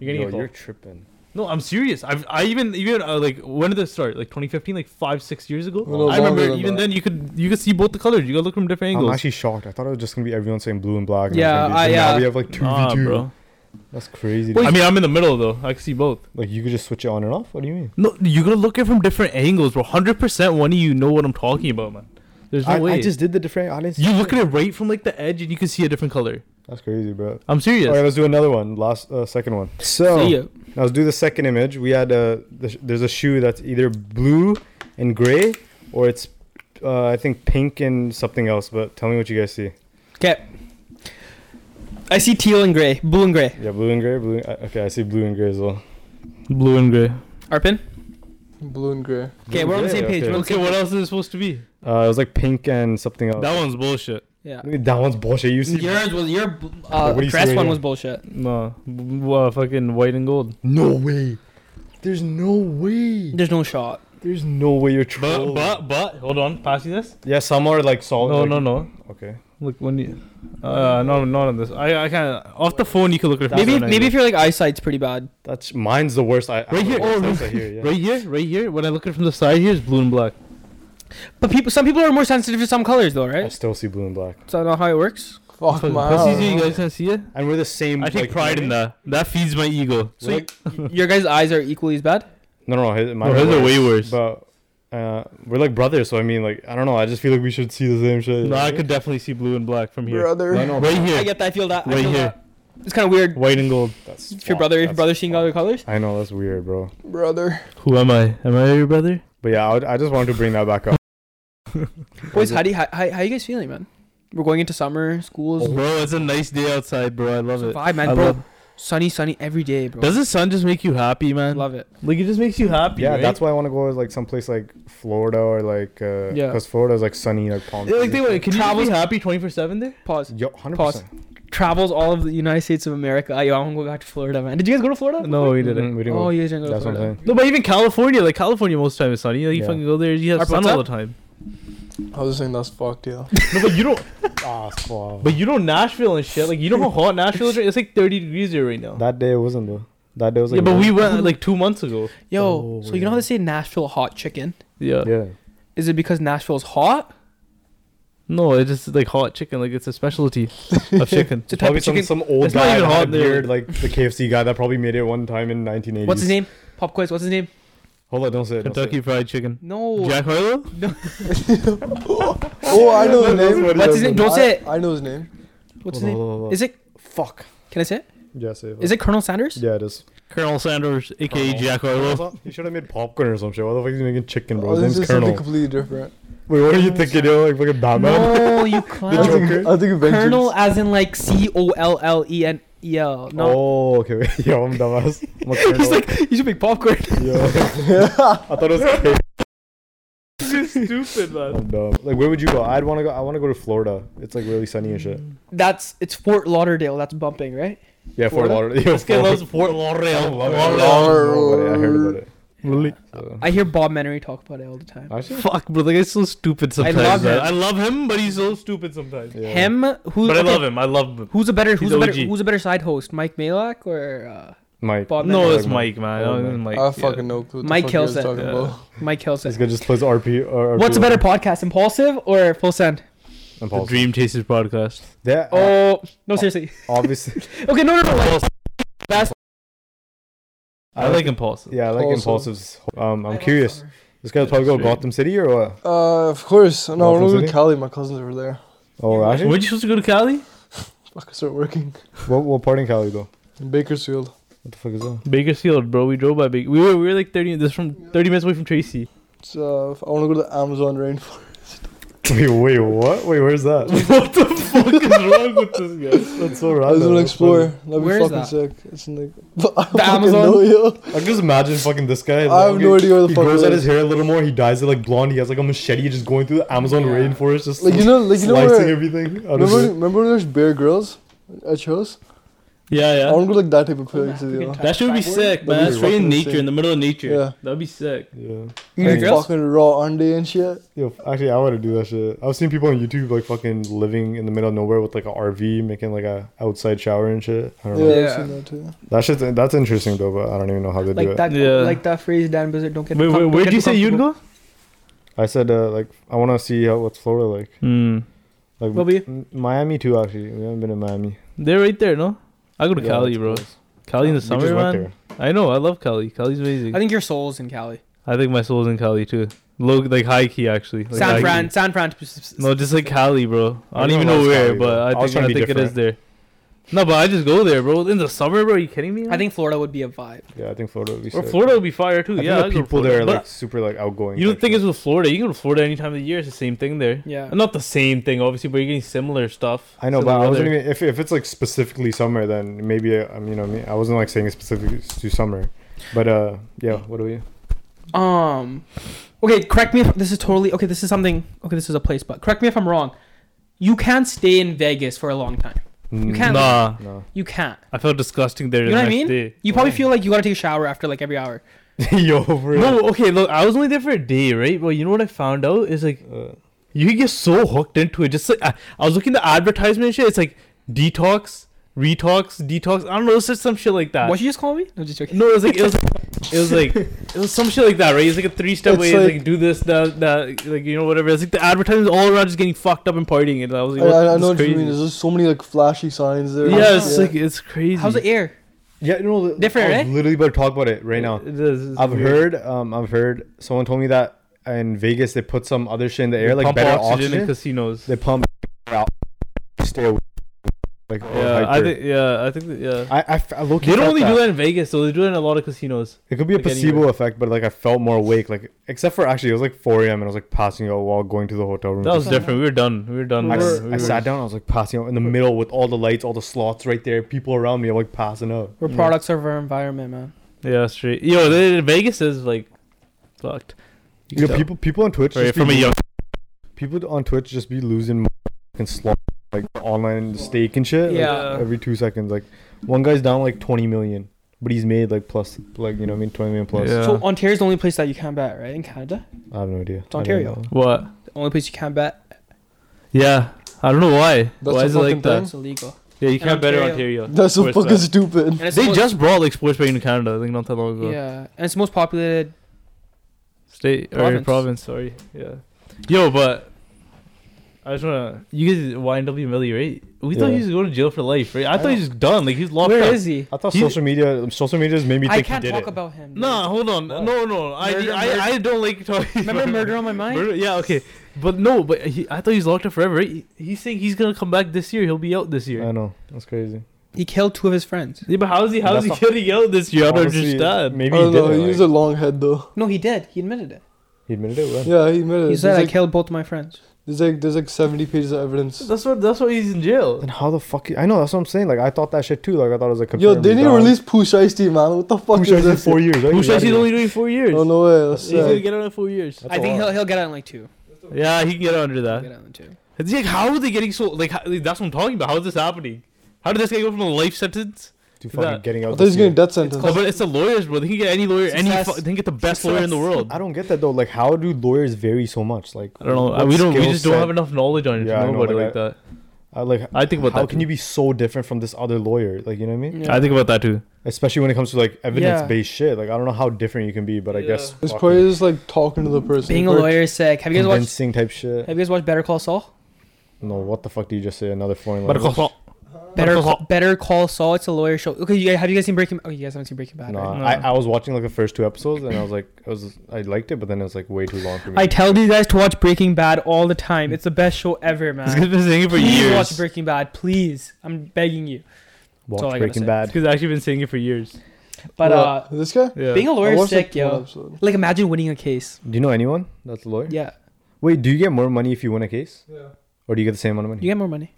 You're getting Yo, a call. you're tripping. No, I'm serious. I've I even even uh, like when did this start? Like 2015, like five six years ago. No, I longer remember than even that. then you could you could see both the colors. You could look from different angles. I'm actually shocked. I thought it was just gonna be everyone saying blue and black. and Yeah, it's gonna uh, be- but yeah. Now we have like two Nah, v two. bro. That's crazy. I dude. mean, I'm in the middle though. I can see both. Like you could just switch it on and off. What do you mean? No, you gotta look at from different angles, bro. Hundred percent, one of you know what I'm talking about, man. There's no I, way. I just did the different. I didn't. see you it. look at it right from like the edge, and you can see a different color. That's crazy, bro. I'm serious. All right, let's do another one. Last, uh, second one. So See ya. now let's do the second image. We had uh, the sh- there's a shoe that's either blue and gray, or it's uh, I think pink and something else. But tell me what you guys see. Okay. I see teal and gray, blue and gray. Yeah, blue and gray. Blue. uh, Okay, I see blue and gray as well. Blue and gray. Arpin. Blue and gray. Okay, Blue we're on and gray, the same page. okay. We're on the Okay, same- what else is it supposed to be? Uh, it was like pink and something else. That one's bullshit. Yeah. That one's bullshit. You see? Yours was your b- Like, uh, what do you see dress right one here? was bullshit. No, w- uh, fucking white and gold. No way. There's no way. There's no shot. There's no way you're But trolling. but but hold on, pass you this. yeah, some are like solid. No like- no no. Oh, Okay. Look when you, uh, no, not on this. I, I kind of off the phone. You can look at it. from Maybe different maybe if angles. your like eyesight's pretty bad. That's mine's the worst. I Right here. Oh, Oh, right here. Yeah. right here, right here. When I look at it from the side here, it's blue and black. But people, some people are more sensitive to some colors though, I right? still see blue and black. So I don't know how it works. Fuck, Fucking man. pussies, you guys can see it. And we're the same. I take like, pride in that. That feeds my ego. So y- your guys' eyes are equally as bad. No, no, his, mine No, his are way worse. But uh, we're like brothers, so I mean, like, I don't know. I just feel like we should see the same shit. No, I could definitely see blue and black from here. Brother. No, no, Right I here, get that. I feel that. I Right feel here. that. It's kind of weird. white and gold. That's If your fuck, brother, if your that's brother seeing fuck. other colors. I know that's weird, bro. Brother. Who am I? Am I your brother? But yeah, I, would, I just wanted to bring that back up. Boys, how do you, how, how, how you guys feeling, man? We're going into summer, Oh, schools. Bro, it's a nice day outside, bro. I love It's a it. vibe, Oh. man, I bro. love- Sunny, sunny every day, bro. Doesn't sun just make you happy, man? love it. Like it just makes you happy. yeah, right? that's why I want to go to like someplace like Florida or like uh, Yeah. because Florida is like sunny, like palm. Yeah, Like, trees. think about it. Can you Travels- just be happy twenty four seven there? Pause. Yo, hundred Pause. percent. Travels all of the United States of America. I, I want to go back to Florida, man. Did you guys go to Florida? No, we didn't. Mhm, We didn't. Oh, go. you guys didn't go to That's what I'm Florida. saying. No, but even California, like California, most of the time is sunny. Like you Yeah. fucking go there, you have Arp, sun what's all the up? time. I was just saying that's fucked, yeah. No, but you don't. Ah, fuck. But you know Nashville and shit. Like you know how hot Nashville is. Right? It's like thirty degrees there right now. That day it wasn't though. That day was like yeah, but we went like two months ago. Yo, Oh, so you know how yeah. they say Nashville hot chicken? Yeah. yeah. Is it because Nashville's hot? No, it's just like hot chicken. Like it's a specialty of chicken. It's a type Probably of some, chicken. some old It's not guy even that had hot a there. beard, like the KFC guy that probably made it one time in 1980s. What's his name? Pop quiz. What's his name? Hold on, don't say it. don't say Kentucky it. Fried Chicken. No. Jack Harlow. Oh, I know his name. What's his name? Don't say it. I, I know his name. Oh, What's his Hold on, name? hold on, hold on. Is it? Fuck. Can I say it? Yeah, say Is it Colonel Sanders? Yeah, it is. Colonel Sanders, aka Colonel. Jack Harlow. He should have made popcorn or some shit. Why the fuck is he making chicken, bro? Oh, this His is name's something Colonel. completely different. Wait, what are you thinking, yo? Like fucking Batman? No, you I clown. think, I think Vengeance. Colonel as in like C O L L E N E L. No. Oh, okay. wait. Yo, I'm dumbass. I'm a Colonel. He's like, you should make popcorn. Yo. I thought it was K. Stupid man. I'm dumb. Like, where would you go? I'd want to go. I want to go to Florida. It's like really sunny and Mm. shit. That's it's Fort Lauderdale. That's bumping, right? Yeah, Fort Florida? Lauderdale. Yo, This guy Florida. loves Fort Lauderdale. I don't know about it. I heard about it. Really? So- I hear Bob Menery talk about it all the time. Actually, Fuck, bro. The guy's so stupid sometimes. man. I love love him. him. but he's so stupid sometimes. yeah. Him, who? But I okay, love him. I love him. Who's a better? Who's He's a better? OG. Who's a better side host? Mike Malak or uh, Mike. Bob? No, Menery? it's Mike, man. I Oh, don't- Mike. I have yeah. fucking no clue. What the Mike fuck you guys Hilsa. talking Yeah. about. Mike This Hilson. guy just plays uh, RP. Or RP What's a better podcast, Impulsive or Full Send? The Impulse. Dream Chasers podcast. That uh, Oh no, seriously. obviously. Okay, no, no, no. Like, that's- I like impulsive. Yeah, I like Also- impulsives. Um, I'm curious. This guy's probably go That's right. Gotham City or what? Uh, of course. No, I Welcome want to go City? to Cali. My cousins were there. Oh, Were actually, you supposed to go to Cali? I could start working. What what part in Cali though? In Bakersfield. What the fuck is that? Bakersfield, bro. We drove by Baker. We were we were like thirty. This from thirty minutes away from Tracy. It's, uh, I want to go to the Amazon rainforest. Wait, wait, what? Wait, where's that? what the fuck is wrong with this guy? That's so I random. was gonna That's explore. That'd be Where is fucking sick. It's in like the Amazon? Know, yo. funny. I can just imagine fucking this guy. I have no idea where the he fuck grows it out is. his hair a little more. He dyes it like blonde. He has like a machete just going through the Amazon Yeah. rainforest, just Like you know, like you know slicing where. everything. Out of Remember, it. remember there's Bear Grylls at your house? Yeah, I yeah. want to go like that type of place. we you know? can That should be Backboard? sick, That'd man. be Straight in fucking nature, sick. in the middle of nature. Yeah. That'd be sick. Yeah. Eating Grylls? fucking raw ande and shit. Yo, actually, I want to do that shit. I've seen people on YouTube like fucking living in the middle of nowhere with like a RV, making like a outside shower and shit. I don't Yeah, know. I've Yeah. seen that too. That shit's that's interesting though, but I don't even know how they do Like it. that, Yeah. like that phrase, Dan Blizzard, don't get. Wait, com- wait don't where'd get you too say you'd comfortable. go? I said uh, like I want to see how what's Florida like. Hmm. Like What about you? M- Miami too. Actually, we haven't been in Miami. They're right there, no? I go to Yeah, Cali, that's bro. close. Cali in the summer, we just man. went I know. I love Cali. Cali's amazing. I think your soul's in Cali. I think my soul's in Cali too. Low, like high key actually. Like high San key. Fran, San Fran. sp- sp- sp- No, just like Cali, bro. I don't Everyone even know loves where, Cali, but bro. I I was think I, trying to be think it is there. No, but I just go there, bro. In the summer, bro. Are you kidding me? man? I think Florida would be a vibe. there. Yeah, I think Florida would be. or sick. Florida would be fire too. I think yeah, I'd the go to people there Florida. are But like super like outgoing. you don't type think shit. it's with Florida? You can go to Florida any time of the year. It's the same thing there. Yeah. Not the same thing, obviously, but you're getting similar stuff. I know, similar but I wasn't weather. even if if it's like specifically summer, then maybe uh, um, you know me. I wasn't like saying it specifically to summer, but uh, yeah. What about you? Um, okay, correct me if this is totally okay. This is something. Okay, this is a place, but correct me if I'm wrong. You can't stay in Vegas for a long time. You can't. Nah, No. You can't. I felt disgusting there. You the know what I next mean? Day. You probably feel like you gotta take a shower after like every hour. Yo, for real. No, okay, look, I was only there for a day, right? But you know what I found out is like Uh, you get so hooked into it. Just like I, I was looking at the advertisement and shit. It's like detox, retox, detox. I don't know. It's just some shit like that. What you just call me? No, just joking. Uh, no, it was like it was, it was like it was some shit like that, right? It's like a three-step It's way. It's like- like do this, that, that, like you know whatever. It's like the advertisements all around just getting fucked up and partying, and I was I, like, what, I, I this know is what you crazy. mean. There's just so many like flashy signs there. Yeah, it's Yeah. like it's crazy. How's the air? yeah, no. Different, I was eh? Literally, about to talk about it right now. It is, it's I've weird. heard. Um, I've heard. Someone told me that in Vegas they put some other shit in the They air, like pump better oxygen, oxygen. in casinos. they pump out. Stay away. Like all yeah, I hyper. think yeah, I think that- yeah. I I, f- I low-key They don't felt only do that in Vegas, though. They do it in a lot of casinos. It could be a like placebo anywhere. effect, but like I felt more awake. Like except for actually, it was like 4 a.m. and I was like passing out while going to the hotel room. That was different. We were done. We were done. I, bro. s- We I were- sat down. I was like passing out in the middle with all the lights, all the slots right there. People around me. I'm like passing out. We're Yeah. products of our environment, man. Yeah, straight. Yo, the, Vegas is like fucked. You You can know, tell. people people on Twitch Right, just be from a lo- young. people on Twitch just be losing fucking slot like online stake and shit. like, Yeah. every two seconds, like one guy's down like 20 million, but he's made like plus like you know what I mean 20 million plus. Yeah. So Ontario's the only place that you can bet, right? In Canada, I have no idea. I don't Ontario. know. What? the only place you can bet. Yeah, I don't know why. That's why a is it like fucking that? It's illegal. Yeah, you And can't bet on Ontario. Ontario. That's so Where's fucking that? stupid. And it's the They most- just brought like sports betting in Canada. I think not that long ago. yeah, and it's the most populated. State or Province. province? Sorry. Yeah. Yo, but I just wanna. You guys, YNW Millie, right? We thought Yeah. he was going to jail for life, right? I, thought don't- he was done. Like he's locked Where up. is he? I thought He- social media social media has made me I think can't he did talk it. about him. dude. Nah, hold on. What? No, no. I, Murder, I, murder. I don't like talking. Remember about- Murder on My Mind? Murder- yeah, okay. But no, but he, I thought he's locked up forever. Right? He, he's saying he's gonna come back this year. He'll be out this year. I know that's crazy. He killed two of his friends. yeah, but how's he? How's That's he not- getting out this year? I don't Honestly, understand. I Maybe he don't did know. it. He like- was a long head though. No, he did. He admitted it. he admitted it. When? Yeah, he admitted it. He There's said I like, killed both my friends. there's like there's like 70 pages of evidence. that's what. That's why he's in jail. Then how the fuck? I know that's what I'm saying. Like I thought that shit too. Like I thought it was like Yo, they need to release Pooh Ice-T, man. What the fuck Push is this? four years. Right? Who says he's only doing four years? No, no way. That's He's gonna sick. get out in four years. That's I a think lot. he'll he'll get out in like two. Yeah, he can get out under He'll get that. out in two. It's like, how are they getting so? Like, how, like, that's what I'm talking about. How is this happening? How did this guy go from a life sentence? to fucking that- getting I out. thought he's This getting year. death No, sentence. but it's the lawyers, bro. They can get any lawyer, any. Success. Fu- they can get the best lawyer in the Success. world. I don't get that though. Like how do lawyers vary so much? Like I don't know. what we don't. We skill just don't set- have enough knowledge on it Yeah, I to know know, about it like, like that. I, like I think about how that. can you be so different from this other lawyer? Like you know what I mean? Yeah. I think about that too. Especially when it comes to like evidence-based shit. Like I don't know how different you can be, but I Yeah. guess It's fucking probably just like talking to the person. Being a Or- lawyer is sick. Have you guys watched? convincing type shit. Have you guys watched Better Call Saul? No, what the fuck did you just say? Another foreign But language. Better Better call, Call- Better Call Saul. It's a lawyer show. Okay, you guys, have you guys seen Breaking? Oh, you guys haven't seen Breaking Bad. No, right? I, I was watching like the first two episodes and I was like, I was I liked it, but then it was like way too long for me. I tell these guys to watch Breaking Bad all the time. It's the best show ever, This man. guy's been saying it for please years. watch Breaking Bad, please. I'm begging you. Watch all I gotta Breaking say. Bad. This guy's actually been saying it for years. But Well, uh, this guy. Yeah. being a I lawyer is watched, like, sick, one yo. episode. Like imagine winning a case. Do you know anyone that's a lawyer? Yeah, Wait, do you get more money if you win a case, Yeah. or do you get the same amount of money? you get more money.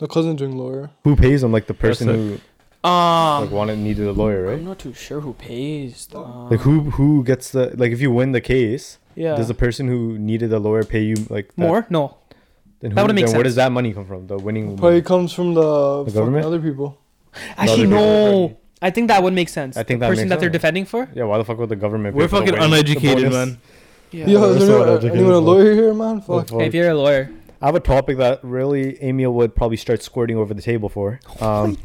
My cousin doing lawyer. Who pays them? Like the person That's who like Um, wanted needed a lawyer, I'm right? not too sure who pays. Like who who gets the like if you win the case, Yeah. does the person who needed a lawyer pay you like that, more? No. Then, That who- wouldn't make then where sense. does that money come from? The winning Probably money. comes from the, fucking government? other people. Actually, people are no. already- I think that would make sense. I think the that person makes that they're sense. defending for. Yeah, why the fuck would the government? We're pay for the fucking winning? The uneducated, bonus? man. Yeah. Yeah, They're is so there a- uneducated anyone a as well. lawyer here, man? Fuck. Fuck. if you're a lawyer. I have a topic that really Emil would probably start squirting over the table for. Um,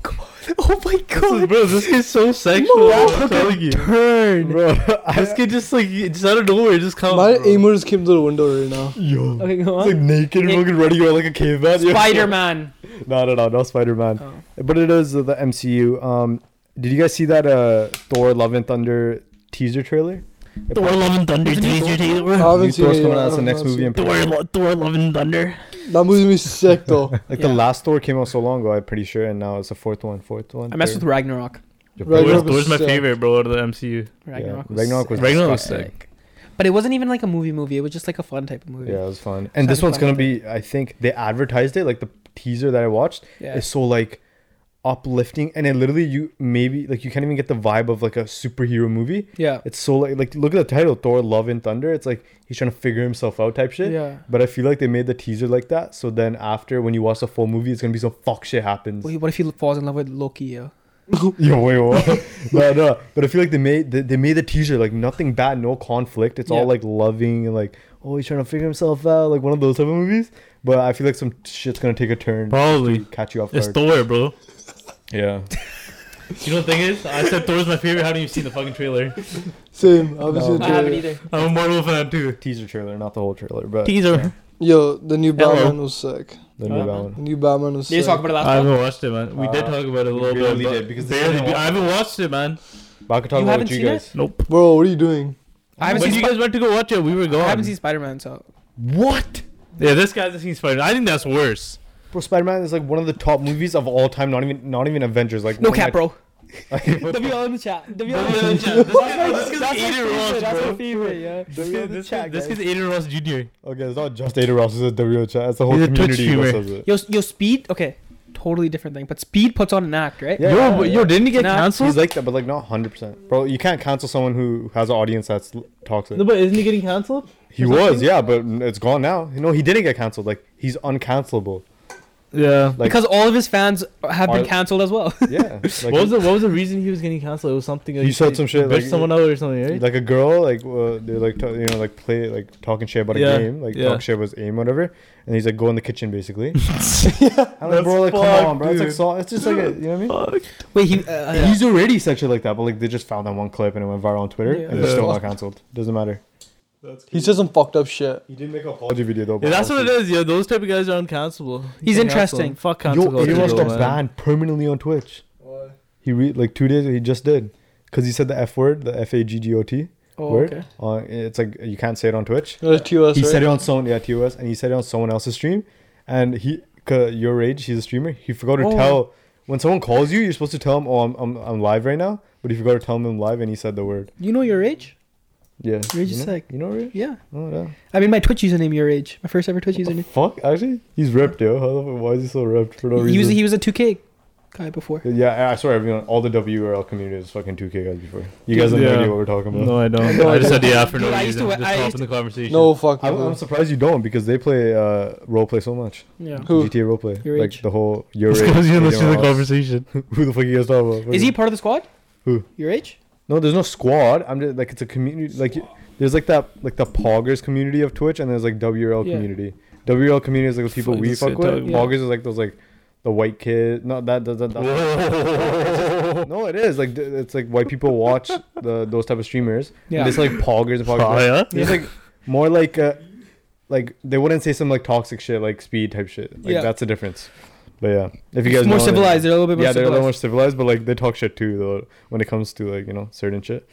Oh my This is- bro, this kid's so sexual. I'm telling you. Turn. bro, This I, kid just like just out of nowhere just comes. My bro. aimer just came to the window right now. yo, Okay, go it's like on. naked, and Nick- fucking running around like a caveman. yo. Spider Man. No, no, no, no Spider Man. Oh. But it is the MCU. Um, did you guys see that uh, Thor: Love and Thunder teaser trailer? It Thor prob- Love and Thunder teaser I trailer. haven't New seen Thor's it yet. coming out I as the have next not movie. seen I'm it. pretty, Thor, Lo- Thor Love and Thunder. That movie was sick though. like Yeah. the last Thor came out so long ago. I'm pretty sure, and now it's the fourth one, fourth one. I messed with third. Ragnarok. Your Ragnarok Thor's, favorite? was Thor's my sick. favorite, bro, out of the MCU. Ragnarok. Yeah, was Ragnarok was sick. Ragnarok was sick. But it wasn't even like a movie movie. It was just like a fun type of movie. Yeah, it was fun. And Sounded this one's fun, gonna I be. I think they advertised it like the teaser that I watched. Yeah. is so like uplifting and it literally you maybe like you can't even get the vibe of like a superhero movie Yeah. it's so like like look at the title thor love and thunder it's like he's trying to figure himself out type shit Yeah. but i feel like they made the teaser like that so then after when you watch the full movie it's gonna be some fuck shit happens Wait, what if he falls in love with Loki? Yo? yo wait what no no but i feel like they made they, they made the teaser like nothing bad no conflict it's Yeah. all like loving and like oh he's trying to figure himself out like one of those type of movies but i feel like some shit's gonna take a turn Probably. catch you off It's guard Thor, bro. yeah You know what the thing is? I said Thor's my favorite. Haven't even seen the fucking trailer. Same. I haven't seen No. it I haven't yet. either. I'm a Marvel fan too. teaser trailer not the whole trailer but Teaser. Yo, the new Hello. Batman was sick. The new Uh-huh. Huh? Batman. The new Batman was They sick. just talk about it last I time. haven't watched it, man. We did Uh, talk about it a we little barely bit. did, but because this barely. didn't I haven't watched it, man. But I could talk You about haven't what you seen guys. Nope. Bro, what are you doing? I haven't when seen you guys went to go watch it, we were gone. I haven't seen Spider Man, so What? Yeah, this guy hasn't seen Spider. I think that's worse. Bro, Spider Man is like one of the top movies of all time. Not even, not even Avengers. Like no one cap, that- bro. WL in the chat. WL This in guy- the chat. this guy's Aiden Ross, That's my bro. favorite. Yeah. This Yeah, kid- This this guy- kid- this this kid's kid- Aiden Ross Jr. Okay, it's not just Ada Ross. It's a WO chat. It's the whole He's a Twitch community who streamer. says it. Yo, yo, Speed. Okay, totally different thing. But Speed puts on an act, right? Yeah, yo, yeah, Oh, but- yeah. yo, didn't he get Nah. He's canceled? like that, but like not hundred percent, bro. You can't cancel someone who has an audience that's l- toxic. but isn't he getting canceled? he was, yeah, but it's gone now. No, he didn't get canceled. Like he's uncancelable. Yeah. Like because all of his fans have been Are- canceled as well. yeah, like, What was the What was the reason he was getting canceled? It was something. You said some shit, Bitch like- someone out or something, right? like a girl like uh, they're like t- you know like play like talking shit about a Yeah, game like yeah. talk shit about his aim whatever and he's like go in the kitchen basically I'm like bro like fucked, come on bro it's like dude. so, it's just like a, you know what Wait, he. Uh, I uh, mean he's already sexually like that but like they just found that one clip and it went viral on Twitter Yeah. and it's Yeah. still not cancelled doesn't matter He said some fucked up shit. he did make an apology video though Yeah, that's what it is, yo. Those type of guys are uncancelable. You He's can't cancel interesting. them. Fuck cancel yo culture, Elon bro, got man. banned permanently on Twitch he re- like two days he just did because he said the F word the F A G G O T oh, word okay. uh, it's like you can't say it on Twitch Not a TOS, he right? said it on someone yeah TOS and he said it on someone else's stream and he 'cause your age he's a streamer he forgot to Oh. tell when someone calls you you're supposed to tell him oh I'm, I'm, I'm live right now but he forgot to tell him I'm live and he said the word You know your age? yeah Rage you is know? sick. you know Rage Yeah. oh yeah I mean, my Twitch username, your age. My first ever Twitch username. fuck actually he's ripped yo How the fuck- why is he so ripped for no he was reason he was a 2K guy before. yeah I- I swear everyone all the WRL community is fucking 2k guys before you guys have no Yeah. idea what we're talking about No, I don't. No, I I just said yeah for no Dude, I used reason. to- Just I hop used in the conversation. No fuck. I'm, no. I'm surprised you don't because they play uh roleplay so much Yeah. Who? GTA roleplay Your like age. the whole your Just age goes in Adrian and listens to the Ross. conversation. who the fuck you guys talking about Is he part of the squad? Who? Your age? No, there's no squad. I'm just like it's a community. Like there's like that like the Poggers community of Twitch, and there's like WRL Yeah. community. WRL community is like the people Fuck, we this fuck shit with. talking. Yeah. Poggers is like those like the white kid. No, that doesn't. No, it is like th- it's like white people watch the those type of streamers. Yeah, Yeah. and it's like Poggers and Poggers. Oh, yeah? It's like more like uh, like they wouldn't say some like toxic shit like speed type shit. Like Yeah. that's the difference. But yeah, if you guys It's know, more then- civilized. They're a little bit more yeah, they're a little more civilized. civilized, but like they talk shit too though when it comes to like you know certain shit.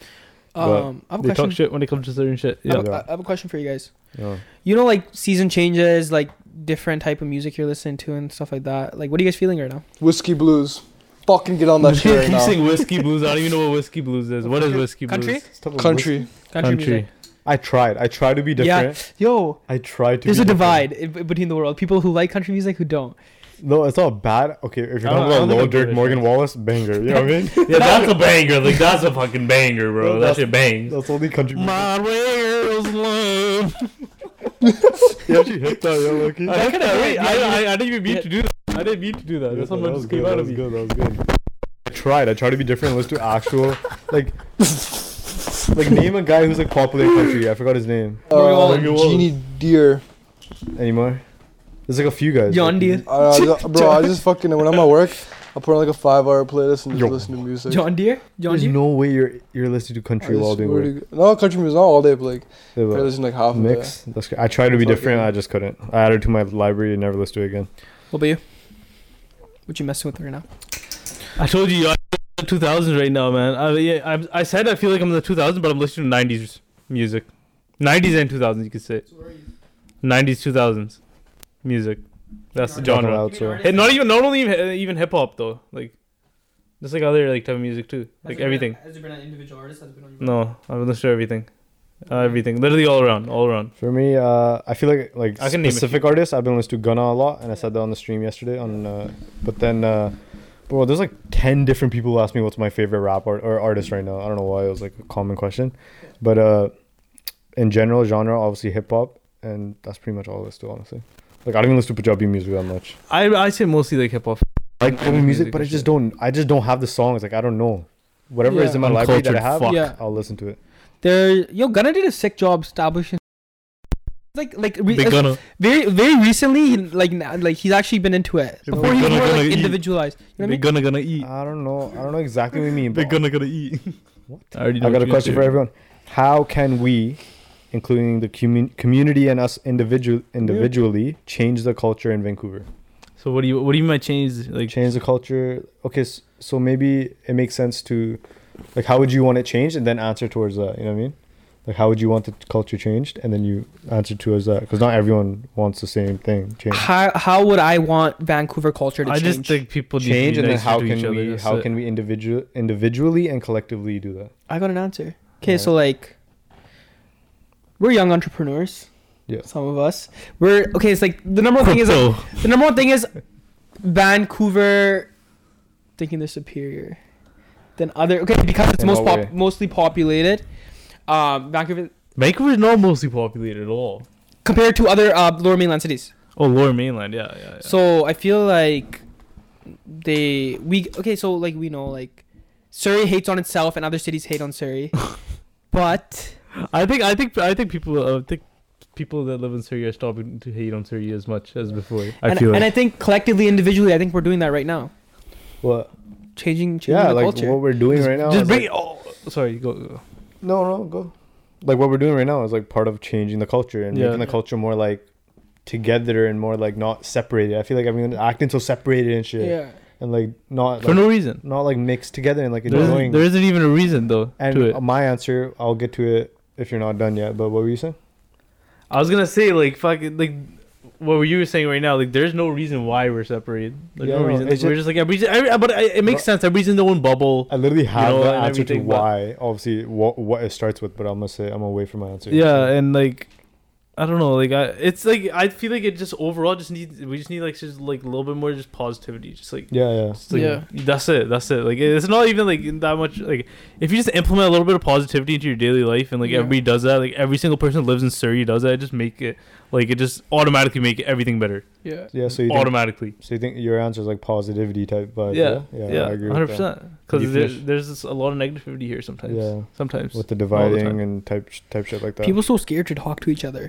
more- um, I have They a question. talk shit when it comes to certain shit. I, Yeah. have, I have a question for you guys. You know. You know, like season changes, like different type of music you're listening to and stuff like that. Like, what are you guys feeling right now? Whiskey blues. Fucking get on that shit right keep now. saying whiskey blues. I don't even know what whiskey blues is. What is whiskey Country? blues? It's tough with Country. Country. music. I tried. I tried to be different. Yo, I tried to. there's be a different. divide in, in between the world. People who like country music who don't. No, it's not bad. Okay, if you're I don't- talking I about don't think low I'm dirt British, Morgan Wallace banger, you know what I mean? Yeah, that's a banger. Like that's a fucking banger, bro. That That's- shit bangs. That's only country. music. My wheels love. You actually hit that, yo, Loki. I, kinda hit, yeah, you I, I, I didn't even mean yeah. to do that. I didn't mean to do that. Yeah, That's so how much was just came good, out that of me. was good, that was good. I tried. I tried to be different. Let's do actual, like, like name a guy who's like popular in country. I forgot his name Uh, Morgan Wallen. Genie Deer. anymore. There's like a few guys. John like, Deere. Uh, I ju- bro, I just fucking when I'm at work, I put on like a five-hour playlist and just Yo. listen to music. John Deere. John There's Deere. no way you're you're listening to I country just while doing work. Oh, really- No, country music not all day, but like Yeah, I but listen to, like half Mix. That's. good. I tried to be It's all different. good. I just couldn't. I added to my library and never listened to it again. What about you? What you messing with right now? I told you, I'm in the 2000s right now, man. I, yeah, I'm, I said I feel like I'm in the 2000s, but I'm listening to 90s music. 90s and 2000s, you could say. 90s, 2000s music. That's the Talking genre. loud, so- Hey, not even not only even, uh, even hip hop though. Like, just like other like type of music too. Like everything. Has there been an individual artist that's been on your No, I've listened to everything. Uh, everything, literally all around, all around. For me, uh, I feel like like I can name a specific artists. I've been listening to Gunna a lot, and I said that on the stream yesterday. On uh, but then, uh, bro, there's like ten different people who asked me what's my favorite rap art- or artist right now. I don't know why it was like a common question, but uh, in general, genre obviously hip hop, and that's pretty much all I listen to honestly. Like I don't even listen to Punjabi music that much. I I say mostly like hip hop. I like Punjabi Punjabi music, music but I is just shit. don't. I just don't have the songs. Like I don't know. Whatever is Yeah. in my library that I have, Uncultured fuck. Yeah. I'll listen to it. There, yo, Gunna did a sick job establishing. Like, like, re- uh, Big Gunna. very, very recently, he, like, now, like he's actually been into it. Yeah, Before but he was Gunna- more Gunna like eat. individualized. You know what I Big mean? Gunna gonna eat. I don't know. I don't know exactly what you mean. Big but Gunna gonna eat. What? I, already know I what got a you're question for saying. everyone. How can we, including the commun- community and us individual individually, change the culture in Vancouver? So what do you what do you mean by change? Like Change the culture. Okay, s- so maybe it makes sense to, like, how would you want it changed, and then answer towards that. You know what I mean? Like, how would you want the culture changed, and then you answer towards that? Because not everyone wants the same thing. Change. How, how would I want Vancouver culture to I change? just think people need Change, to be and then nicer how to each can other, we that's how it. can we individual individually and collectively do that? I got an answer. Okay, Alright. so like, we're young entrepreneurs. Yeah. Some of us. We're okay. It's like the number one thing is like, Crypto. the number one thing is Vancouver thinking they're superior than other. Okay, because it's In most what way? pop, mostly populated. Um, Vancouver Vancouver's not mostly populated at all. compared to other uh, lower mainland cities. Oh, Lower Mainland, yeah, yeah, yeah. So I feel like they we okay. So like we know like Surrey hates on itself and other cities hate on Surrey, but I think I think I think people uh, think people that live in Syria are stopping to hate on Syria as much as before. I and, feel like and I think collectively individually I think we're doing that right now, Well, changing changing yeah, the like culture. what we're doing right now. just is, bring like- it. Oh, sorry, go. go. No, no, go. Like what we're doing right now is like part of changing the culture and Yeah. making the culture more like together and more like not separated. I feel like everyone's acting so separated and shit, yeah, and like not for like, no reason. not like mixed together and like There isn't, enjoying. there isn't even a reason though to it. and um, my answer, I'll get to it if you're not done yet. But what were you saying? I was gonna say like fucking like what were you saying right now? Like there's no reason why we're separated. There's Yeah, no no, reason. Like, it's we're ju- just like every, every but I, it makes Bro- sense. Everybody's in their own bubble. I literally have know, the and answer to everything, but- why. Obviously, what what it starts with, but I'm gonna say I'm gonna wait for my answer. Yeah, and like I don't know, like I it's like I feel like it just overall just needs we just need like just like a little bit more just positivity. Just like yeah, yeah. Just like, Yeah. That's it. That's it. Like it's not even like that much. Like if you just implement a little bit of positivity into your daily life, and like Yeah. everybody does that, like every single person that lives in Surrey does that, it just make it like it just automatically make everything better. yeah. Yeah, so you think, automatically. so you think your answer is like positivity type vibe? yeah. yeah, Yeah. I agree. Hundred 100%. With, that. percent. Because You there's finish. there's just a lot of negativity here sometimes. Yeah. Sometimes. with the all the dividing time. and type sh- type shit like that. People so scared to talk to each other.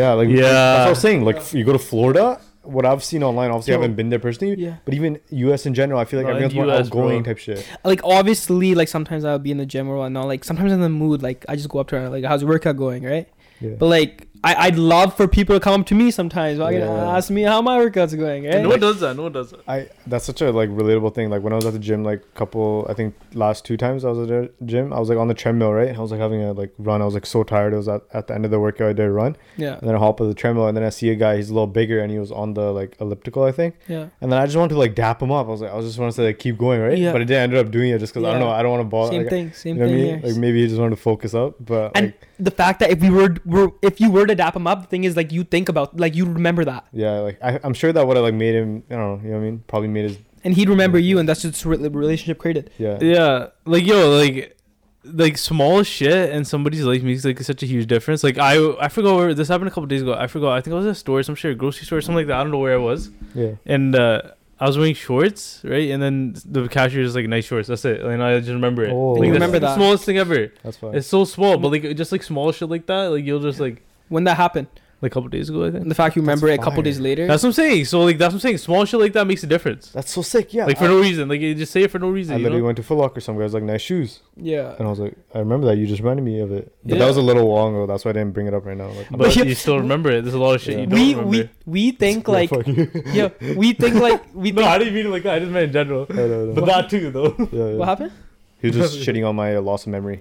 Yeah, like Yeah. that's what I was saying. Like f- you go to Florida, what I've seen online, obviously I Yo. haven't been there personally, Yeah, but even U.S. in general, I feel like No, in everyone's more US, bro. outgoing type shit. like obviously, like sometimes I'll be in the gym or whatnot. Like sometimes in the mood, like I just go up to her, like how's your workout going, right? Yeah. But like I, I'd love for people to come up to me sometimes. Like, Yeah. Ask me how my workout's going. Eh? No one does that. No one does that. I that's such a like relatable thing. Like when I was at the gym, like couple, I think last two times I was at the gym, I was like on the treadmill, right? I was like having a like run. I was like so tired. I was at, at the end of the workout. I did a run, yeah, and then I hop on the treadmill, and then I see a guy. He's a little bigger, and he was on the like elliptical, I think. yeah. And then I just wanted to like dap him up. I was like, I was just wanted to like keep going, right? Yeah. But I didn't end up doing it just because I don't Yeah. know. I don't want to bother. Same like, thing. Same You know what I thing mean? here. Like maybe he just wanted to focus up, but and like, the fact that if we were, were if you were to dap him up, the thing is like you think about like you remember that, yeah, like I, I'm sure that would have like made him. I don't know. You know what I mean? Probably made his and he'd remember you, and that's just re- the relationship created. yeah. Yeah, like yo, like like small shit and somebody's life makes like such a huge difference. Like I I forgot where this happened a couple days ago. I forgot. I think I was at a store, some shit, a grocery store, something like that. I don't know where I was. Yeah. And uh I was wearing shorts, right? And then the cashier is like, "Nice shorts." That's it. And I just remember it. Oh. You Like, that's remember the that. smallest thing ever. That's fine. It's so small, but like just like small shit like that, like you'll just like When that happened, like a couple days ago, I think. and the fact you remember it a couple fire. days later. That's what I'm saying. So like that's what I'm saying. Small shit like that makes a difference. That's so sick. Yeah. Like for I, no reason. Like you just say it for no I reason. you know? literally went to Foot Locker. Some guys like nice shoes, yeah. and I was like, I remember that. You just reminded me of it. But Yeah. that was a little long ago. That's why I didn't bring it up right now. Like, But you still remember it. There's a lot of shit Yeah. you don't We remember. we we think Yeah, like fuck you. yeah, we think like No, we think. I didn't mean it like that. I just meant in general. I don't But know. that too, though. Yeah, yeah. What happened? He was just shitting on my uh, loss of memory.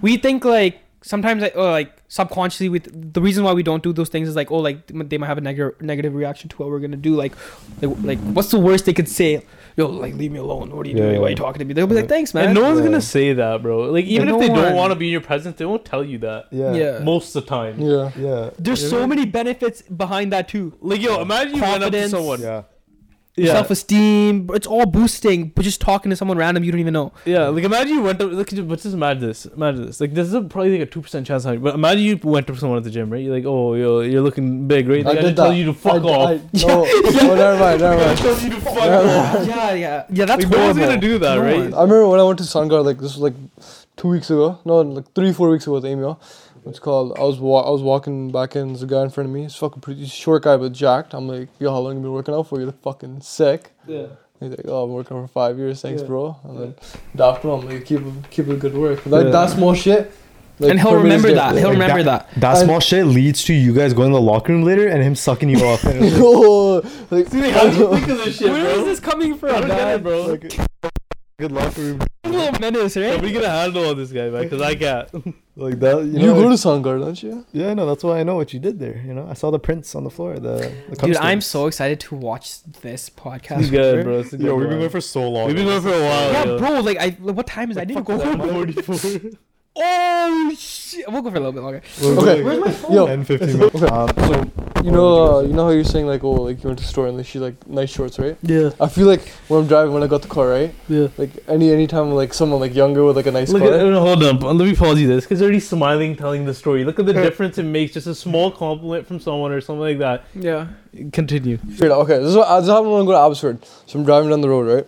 We think like sometimes like or like subconsciously with the reason why we don't do those things is like oh like they might have a negative negative reaction to what we're gonna do like like, like what's the worst they could say yo like leave me alone what are you Yeah, doing why are yeah. you talking to me they'll be like thanks man And no one's Yeah. gonna say that, bro. Like even No if they one. don't want to be in your presence, they won't tell you that. Yeah. Yeah. Most of the time. Yeah. Yeah. there's so many benefits behind that too Like yo, imagine you went up to Confidence. someone. Yeah. Yeah. self esteem it's all boosting but just talking to someone random you don't even know Yeah, like imagine you went up. Like, but just imagine this. Imagine this. Like, this is a, probably like a two percent chance. But imagine you went up to someone at the gym, right? You're like, oh, yo, you're looking big, right? I Like, I, did just tell that. you to fuck I- off. I- no. Oh, never mind. Never I mind. told you to fuck off. yeah yeah yeah that's Like, no one's horrible. gonna do that, No right? one. I remember when I went to SunGuard, like this was like two weeks ago, no, like three, four weeks ago with Emil. It's called. I was wa- I was walking back in. There's a guy in front of me. He's fucking pretty he's a short guy, but jacked. I'm like, yo, how long you been working out for? You're fucking sick. Yeah. He's like, oh, I'm working for five years. Thanks, Yeah. bro. And then dapped him. I'm like, keep up- keep up the good work. Like that small shit. Like, and he'll permeates remember the- that he'll Like remember that That I- small shit leads to you guys going to the locker room later and him sucking you off. And it's like- Yo, like, How do you think of this shit, where bro? is this coming I don't from get it, man? bro. Good locker room. little menace right Nobody gonna handle all this guy, man. Cause I can't. Like that. You, you, know, go like- to SunGuard, don't you? yeah, no, that's why I know what you did there. You know, I saw the prints on the floor. The, the cup Dude, I'm stains. so excited to watch this podcast. It's remember? good, bro. It's a good Yo, we've one. been going for so long. We've been going for a while. Yeah, yo. bro. Like, I what time is? it? I didn't go. Fuck that, For, man. 44. oh shit! We'll go for a little bit longer. Okay. Where's my Oh phone? Yo. 10, 15 minutes. Okay. Um, so, You know, uh, you know how you're saying like, oh, like you went to the store and like, she's like, nice shorts, right? Yeah, I feel like when I'm driving, when I got the car, right? yeah. Like any anytime like someone like younger with like a nice Look car. at, no, hold on. Let me pause you this because already smiling, telling the story. Look at the difference it makes. Just a small compliment from someone or something like that. Yeah. Continue. Straight up. Okay, this is what this is happened when I go to Abbotsford. So I'm driving down the road, right?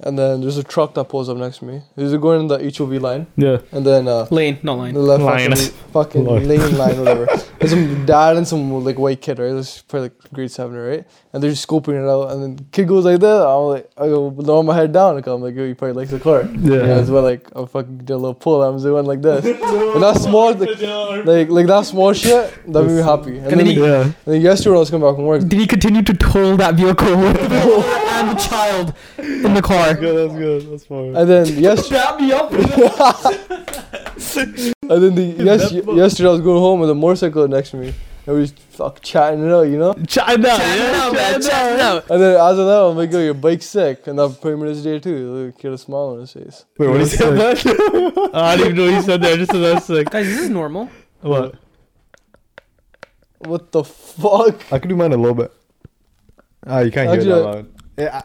And then there's a truck that pulls up next to me. He's going in the HOV line, Yeah. and then uh, Lane, not line. the left Line. fucking, fucking Line. lane line, whatever. There's some dad and some like white kid, right? This is probably like grade seven, right? And they're just scoping it out, and then kid goes like that. I'm like, I go lower my head down. Like, I'm like, yo, he probably likes the car. Yeah. And that's why like I fucking did a little pull. I was doing like this, and that small, like, like like that small shit, that made me happy. And And then, then he- Yeah. and then yesterday when I was coming back from work, Did he continue to toll that vehicle with and the child in the car? good, that's good. That's fine. and then yesterday. Strap me up. And then the yes, y- yesterday I was going home with a motorcycle next to me. And we was fuck chatting it out, you know? China. No, man. No. And then after that, I'm like, yo, your bike's sick. And that pretty much day too. Like, get a smile on his face. Wait, what is that? I didn't even know he said that. I just said that's like Guys, this is normal. what? What the fuck? I could do mine a little bit. Ah, you can't hear Actually, it that loud. Yeah,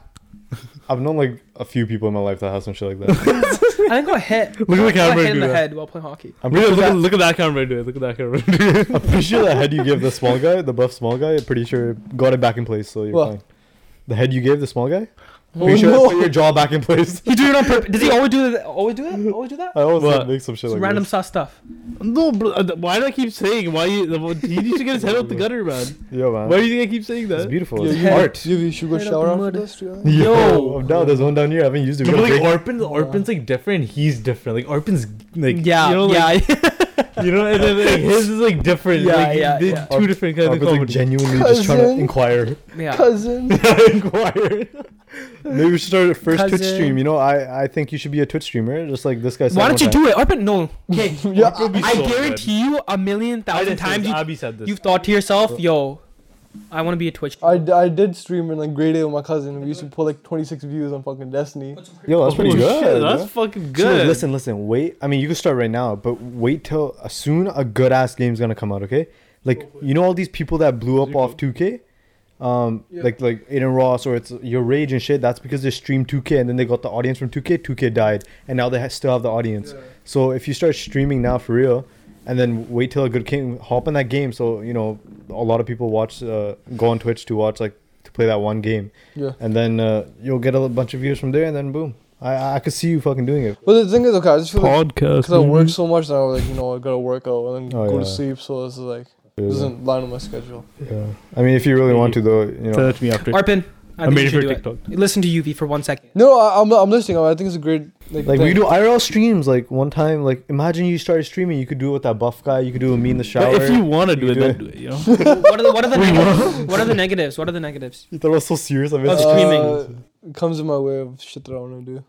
I, I've known like a few people in my life that have some shit like that. I think I got hit. Look at the I got camera hit in the do that. head while playing hockey. I'm pretty, Look at, sure look, at, that, look at that camera, dude. Look at that camera. I'm pretty sure the head you give the small guy, the buff small guy, pretty sure got it back in place, so you're What? fine. The head you gave the small guy, Oh, pretty sure that no. put your jaw back in place. He did it on purpose. Does he always do that? Always do that? Always do that? I always What? make some shit Some like random this. sus stuff. no, bro. uh, Why do I keep saying? Why you? He needs to get his head out the gutter, man. Yo, man. Why do you think I keep saying It's that? beautiful. Yo, It's you, art. Oh, You, you should go Straight up shower after murder. this, to be honest. Yo, I'm down. There's one down here. I haven't used it. We No, but gotta like break- Arpin, Arpin's like different. He's different. Like Arpin's like yeah, you know, like, yeah. you know, and then like, his is like different. Yeah, like, yeah, they- yeah. Two different kinds Or if of it's like comedy. genuinely just trying Cousin. to inquire. Yeah. Cousin. Inquire. Maybe we should start a first Twitch Cousin. stream. You know, I, I think you should be a Twitch streamer, just like this guy said. Why don't you one time. do it? Arpit, no. Okay. Yeah. It'll be I so good. guarantee you a million I thousand just times times you, Abby said this. you've thought to yourself, yo, I want to be a Twitch. I, d- I did stream in like grade eight with my cousin. We used to pull like 26 views on fucking Destiny. Yo, that's Oh, pretty shit, good. that's yeah. fucking So, good. listen, listen. Wait. I mean, you can start right now, but wait till uh, soon. A good ass game's gonna come out. Okay. Like you know all these people that blew up off 2K, um, Yeah. like like Aiden Ross or it's your rage and shit. That's because they streamed 2K and then they got the audience from 2K. 2K died, and now they ha- still have the audience. So if you start streaming now for real, and then wait till a good game, hop in that game. So you know a lot of people watch, uh, go on Twitch to watch like to play that one game, Yeah. and then uh, you'll get a l- bunch of views from there, and then boom. I- I, I could see you fucking doing it. But the thing is, okay, I just feel like podcast. because I work so much now, like you know, I gotta work out and then Oh, go to yeah. sleep. So this is like Yeah. doesn't line with my schedule. Yeah. I mean, if you really want to, though, you Tell know. that to me after. Arpin, I, I think made you it should for do it. TikTok. Listen to UV for one second. No, I, I'm I'm listening. I think it's a great like. Like, we thing. do IRL streams. Like, one time, like, imagine you started streaming. You could do it with that buff guy. You could do a me in the shower. But if you want to do You it, do then it. do it. You know, what, are the, what, are the negatives? what are the negatives? What are the negatives? You thought it was so serious. I Of missed stream- it. streaming. Uh, it comes in my way of shit that I wanna do.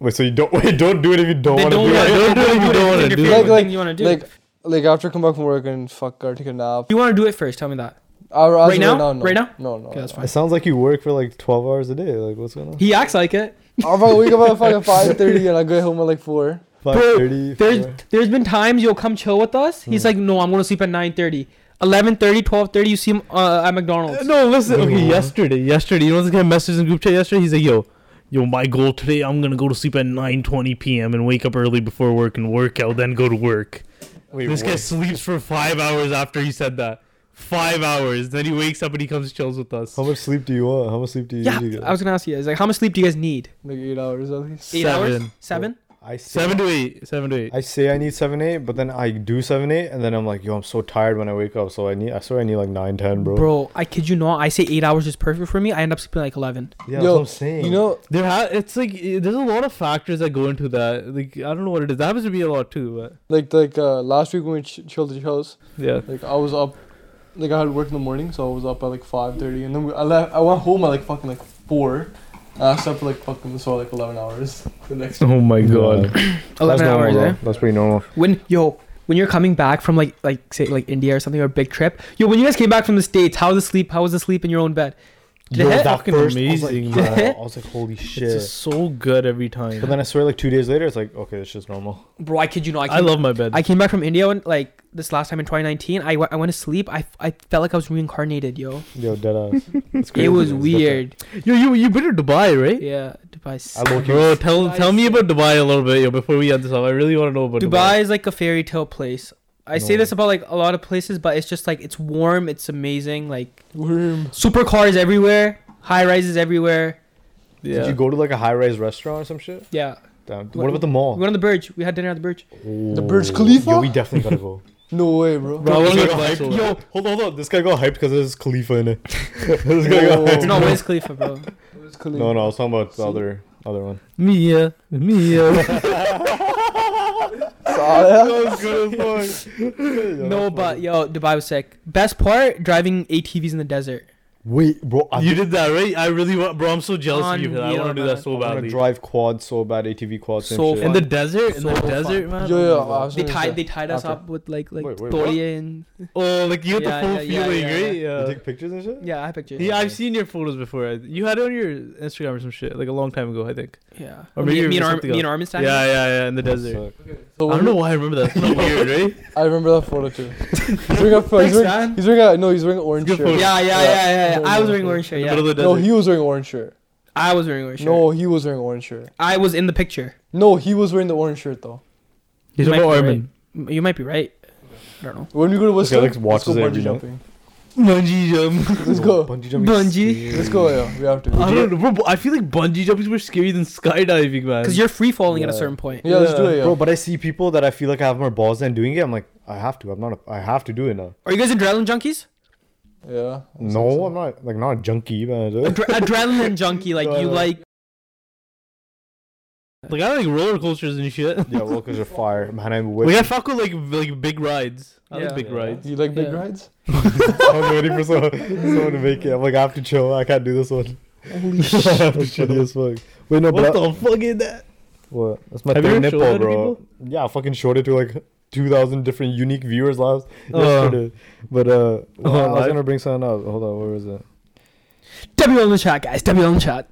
Wait, so you don't wait? Don't do it if you don't They want to do don't it. Don't want do it if you don't wanna to do it. Like, Like- like- you want to do. Like like after I come back from work and fuck, gotta take a nap. you want to do it first. Tell me that. I, I Right now? no. Right now? No, no. Okay, that's no. fine. It sounds like you work for like twelve hours a day. Like, what's going on? He acts like it. I'll probably wake up at fucking five thirty and I go home at like four. Five thirty. There's four. there's been times you'll come chill with us. Hmm. He's like, no, I'm going to sleep at 9.30. 11.30, 12.30, you see him uh, at McDonald's. no, listen. Okay, yesterday, yesterday, you know, this guy messaged in group chat yesterday. He's like, "Yo, yo, my goal today, I'm gonna go to sleep at 9:20 p.m. and wake up early before work and work out, then go to work." Wait, this guy what? sleeps for five hours after he said that. Five hours. Then he wakes up and he comes chills with us. How much sleep do you want? How much sleep do you Yeah, usually get? I was going to ask you guys, like, how much sleep do you guys need? Like eight hours at least. Eight hours? Seven. Seven? I say, Seven to eight. Seven to eight. I say I need seven eight, but then I do seven eight, and then I'm like, yo, I'm so tired when I wake up. So I need. I swear I need like nine ten, bro. Bro, I kid you not. I say eight hours is perfect for me. I end up sleeping like 11. Yeah, that's Yo, what I'm saying. You know, There ha- it's like eh, there's a lot of factors that go into that. Like I don't know what it is. That happens to be a lot too, but like like uh, last week when we ch- chilled at your house, yeah. like I was up, like I had work in the morning, so I was up at like five thirty, and then we, I left. I went home at like fucking like four. And I slept for like fucking so like eleven hours. The next Oh my Yeah. That's normal, 11 hours, bro. eh? That's pretty normal. When yo, when you're coming back from like like say like India or something or a big trip, yo, when you guys came back from the states, how was the sleep? How was the sleep in your own bed? Did it Yo, hit? that fucking first, amazing, I was like, bro. I was like, holy shit. It's just so good every time. But then I swear, like two days later, it's like, okay, this shit's normal. Bro, I kid you not. I, I came- love my bed. I came back from India and like this last time in 2019. I went- I went to sleep. I, I felt like I was reincarnated, yo. Yo, dead ass. It's It was It's weird. Yo, you you been to Dubai, right? Yeah, Dubai. different. I low-key- Bro, tell tell me about Dubai a little bit, yo, before we end this up. I really want to know about Dubai. Dubai is like a fairy tale place. I say No. this about like a lot of places, but it's just like it's warm. It's amazing. Like worm. supercars everywhere, high rises everywhere. Did you Yeah. go to like a high rise restaurant or some shit? Yeah, Damn. What, What- about the we mall? went on the Burj. We had dinner at the Burj. The Burj Khalifa? Yo, we definitely gotta go. No way, bro. Bro, I wanna Yo, go to Dubai so bad. yo, hold on, hold on. This guy got hyped because there's Khalifa in it. this guy got Whoa. hyped. No, Wiz Khalifa, bro. It's clean. No, no, I was talking about the other, other one. Mia, Mia. Salah. That was good as fuck. No, but yo, Dubai was sick. Best part, driving ATVs in the desert. Wait, bro, I you did that, right? I really want, bro. I'm so jealous of you. for that. I Unreal, want to do that man. I so want to badly. drive quad so bad, ATV quads and So shit. fun. In the desert, in the So desert, Yo, man. yo, I was They gonna tied say- they tied us after. up with like like Wait, wait, Toria what? and Oh, like you get Yeah, the full yeah, yeah, feeling, yeah, right? Yeah. you take pictures and shit? yeah, I have pictures. Yeah, I've seen your photos before. I- You had it on your Instagram or some shit, like a long time ago, I think. yeah. Or me, maybe me it and was Arm, something me and else. Armin Yeah, standing. yeah, yeah, in the That's desert. sick. So I when don't know why I remember that. It's not weird, right? we- I remember that photo too. He's wearing a, Thanks, he's wearing, man. he's wearing a no. He's wearing an orange Good shirt. photo. Yeah, yeah, yeah, yeah, yeah. Yeah. I was wearing orange shirt. In the Yeah, middle of the No, desert. he was wearing an orange shirt. I was wearing orange shirt. No, he was wearing an orange shirt. I was in the picture. No, he was wearing the orange shirt though. He's "Oh, You might about be Armin. right. You might be right. I don't know. When we go to Whistler, Alex let's go watches it every bungee night. jumping. Bungee jump. Let's go. Bungee jumping. Bungee. Let's go, yo. We have to. I Uh-huh. don't know, bro, but I feel like bungee jumping is more scary than skydiving, man. Because you're free falling at a Yeah. certain point. Yeah, let's do it, yo. Bro, but I see people that I feel like I have more balls than doing it. I'm like, I have to. I'm not. A, I have to do it now. Are you guys adrenaline junkies? yeah. No, I'm not. Like, not a junkie, man. Adre- adrenaline junkie, like you No, no. like Like I like roller coasters and shit. Yeah, locals are fire. Man, I'm Like I waiting. fuck with like like big rides. I Yeah. like big Yeah. rides. You like big Yeah. rides? I'm waiting for someone, someone to make it. I'm like, I have to chill. I can't do this one. Holy I have to chill this fuck. Wait, no, What but uh, I- the fuck is that? what? That's my Have you third ever showed that nipple, to bro. Yeah, I fucking showed it to like 2,000 different unique viewers last Oh. yesterday. But uh, well, I was live? gonna bring something up. Hold on, where is it? W on the chat, guys. W on the chat.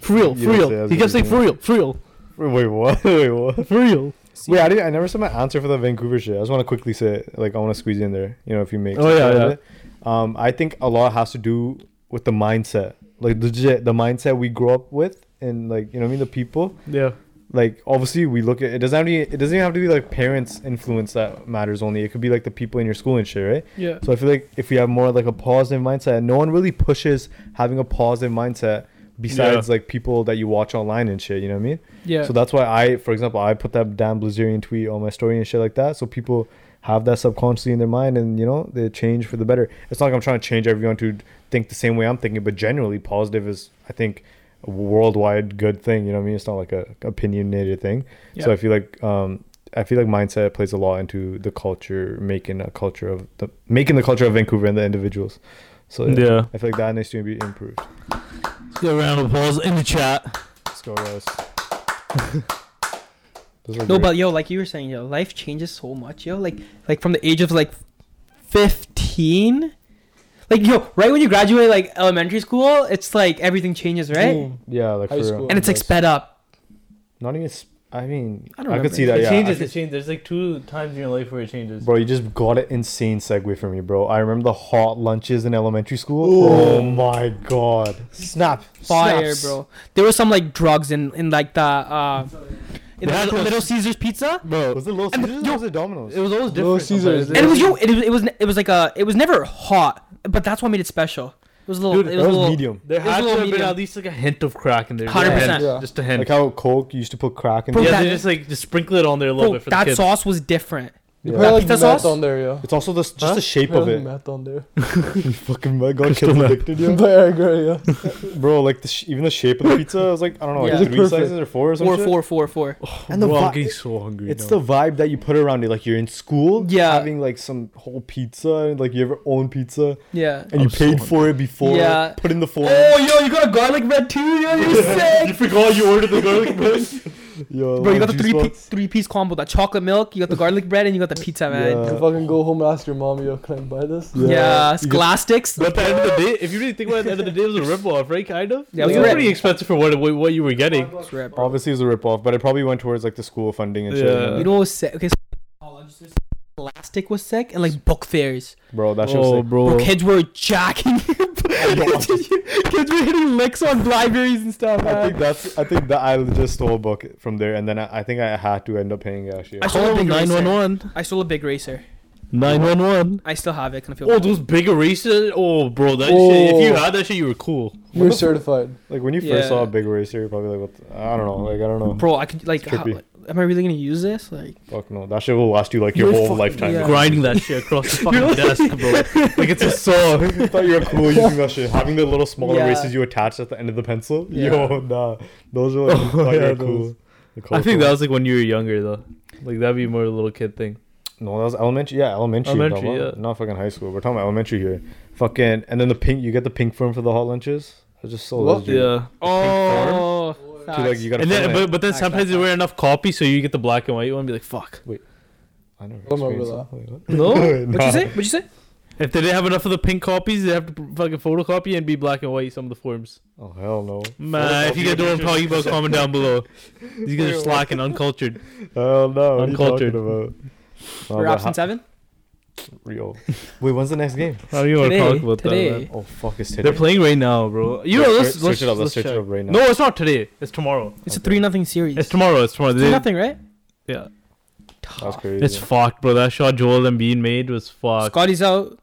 For real, for Yeah, real. yeah, he kept saying yeah. for real, for real, Wait, what? Wait, what? for real. Wait, I, didn't, I never said my answer for the Vancouver shit. I just want to quickly say, it. like, I want to squeeze in there. You know, if you make. Oh, sense yeah, out of yeah. it. Um, I think a lot has to do with the mindset, like legit, the mindset we grow up with, and like you know, what I mean, the people. Yeah. Like, obviously, we look at it doesn't have to be, it doesn't even have to be like parents' influence that matters only. It could be like the people in your school and shit, right? Yeah. So I feel like if we have more like a positive mindset, no one really pushes having a positive mindset besides like people that you watch online and shit. You know what I mean? Yeah. So that's why I, for example, I put that damn Blazerian tweet on my story and shit like that. So people have that subconsciously in their mind and, you know, they change for the better. It's not like I'm trying to change everyone to think the same way I'm thinking, but generally positive is, I think, a worldwide good thing. You know what I mean? It's not like a opinionated thing. So Yeah. I feel like, um, I feel like mindset plays a lot into the culture, making a culture of the making the culture of Vancouver and the individuals. So yeah, Yeah. I feel like that needs to be improved. Let's get a round of applause in the chat. Let's go, guys. Those were No, great. but yo, like you were saying, yo, life changes so much, yo. Like, like from the age of like fifteen, like yo, right when you graduate like elementary school, it's like everything changes, right? Boom. yeah, like High for real. school. And it's like Yes. sped up. Not even. Sp- I mean, I I, don't could see that. It Yeah, changes, I it changes. There's like two times in your life where it changes. could- bro, you just got an insane segue from me, bro. I remember the hot lunches in elementary school. Ooh. Oh my god! Snap, Fire, Snaps. bro. There was some like drugs in in like the uh, in They had the those- Little Caesars pizza. Bro, Was it Little And Caesars? yo- or was it Domino's? it was always different. Little Caesars. And it was yo, it was it was it was like a it was never hot, but that's what made it special. It was a little, Dude, that it was, was a little medium. There It was had a to little have been medium. at least like a hint of crack in there. Just a 100%. hint, Yeah. Just a hint. Like how Coke you used to put crack in. Bro, yeah, there. that- they just like just sprinkle it on there a little Bro, bit for the that kids. sauce was different. You Yeah. put like Pizza meth sauce? on there, yeah. It's also the s- just Huh? the shape Put of it. meth on there. Fucking my god, Crystal kids meth. addicted, yo. By Edgar, yeah. Bro, like the sh- even the shape of the pizza was like I don't know, like Yeah. three It's perfect. sizes or four or something. Four, four, four, four. And the Bro, vi- I'm getting so hungry. It's now. the vibe that you put around it. Like you're in school, Yeah. having like some whole pizza, and like you have your own pizza, Yeah. and I'm you paid so for it before. Yeah. Put in the form. Oh, yo, you got a garlic bread too? Yo, you're sick. you forgot you ordered the garlic bread. Yo, Bro, you got the juice three box. piece, three piece combo: the chocolate milk, you got the garlic bread, and you got the pizza, man. Yeah. You fucking go home and ask your mom, yo, can I buy this? Uh, Yeah. Yeah, You scholastics. But at the end of the day, if you really think about it, at the end of the day, it was a ripoff, right? Kind of. Yeah, Like, it was it was a pretty rip. expensive for what what you were getting. Rip. Obviously, it was a ripoff, but it probably went towards like the school funding and shit. Yeah. you You know? know what was sick? Okay, so college, there's- elastic was sick, and like book fairs. Bro, that shit was like, Bro, kids were jacking. Oh, kids were hitting licks on libraries and stuff. I Man. think that's. I think that I just stole a book from there, and then I, I think I had to end up paying cash. Yeah. I Call stole a big racer. 911. I stole a big racer. 911. I still have it. Can I feel Oh, those big erasers. Oh, bro, that shit. If you had that shit, you were cool. You're certified. Like when you first Yeah. saw a big racer, you're probably like, "What? The, I don't know. Like I don't know. Bro, I could like, It's how, trippy. like, am I really gonna use this? Like, Fuck no. That shit will last you like your whole lifetime. yeah. Grinding that shit across the fucking desk, bro. Like it's a saw. I thought you were cool using that shit. Having the little small Yeah. erasers you attach at the end of the pencil. Yeah. Yo, nah. Those are like, I thought you yeah, were cool. The I think colorful- that was like when you were younger, though. Like that'd be more a little kid thing. No, that was elementary. Yeah, elementary. Elementary, Elementary, yeah. Not fucking high school. We're talking about elementary here. Fucking. And then the pink. You get the pink form for the hot lunches. I just sold What? those. dude. Yeah. oh, Dude, like, you gotta And then, fill it. but, but then Back, sometimes back, you wear enough copies, so you get the black and white one. And be like, fuck. I never I remember experienced that. Wait, what? No. What'd you say? What'd you say? If they didn't have enough of the pink copies, they have to p- fucking photocopy and be black and white some of the forms. Oh, hell no. Man, if you get what I'm talking about, comment down below. These guys are slacking, uncultured. Hell no. What are you talking Uncultured. about? No, We're but option ha- seven. real. Wait, when's the next game? How do you want to Today, talk about today. that? Man? Oh, fuck. It's today. They're playing right now, bro. You Wait, know, search- let's, search let's, it up. Let's let's search it check. up right now. No, it's not today. It's tomorrow. It's a Okay. three nothing series. It's tomorrow. It's tomorrow. Three They- nothing, right? yeah, That's Tough. crazy. it's fucked, bro. That shot Joel Embiid made was fucked. Scotty's out.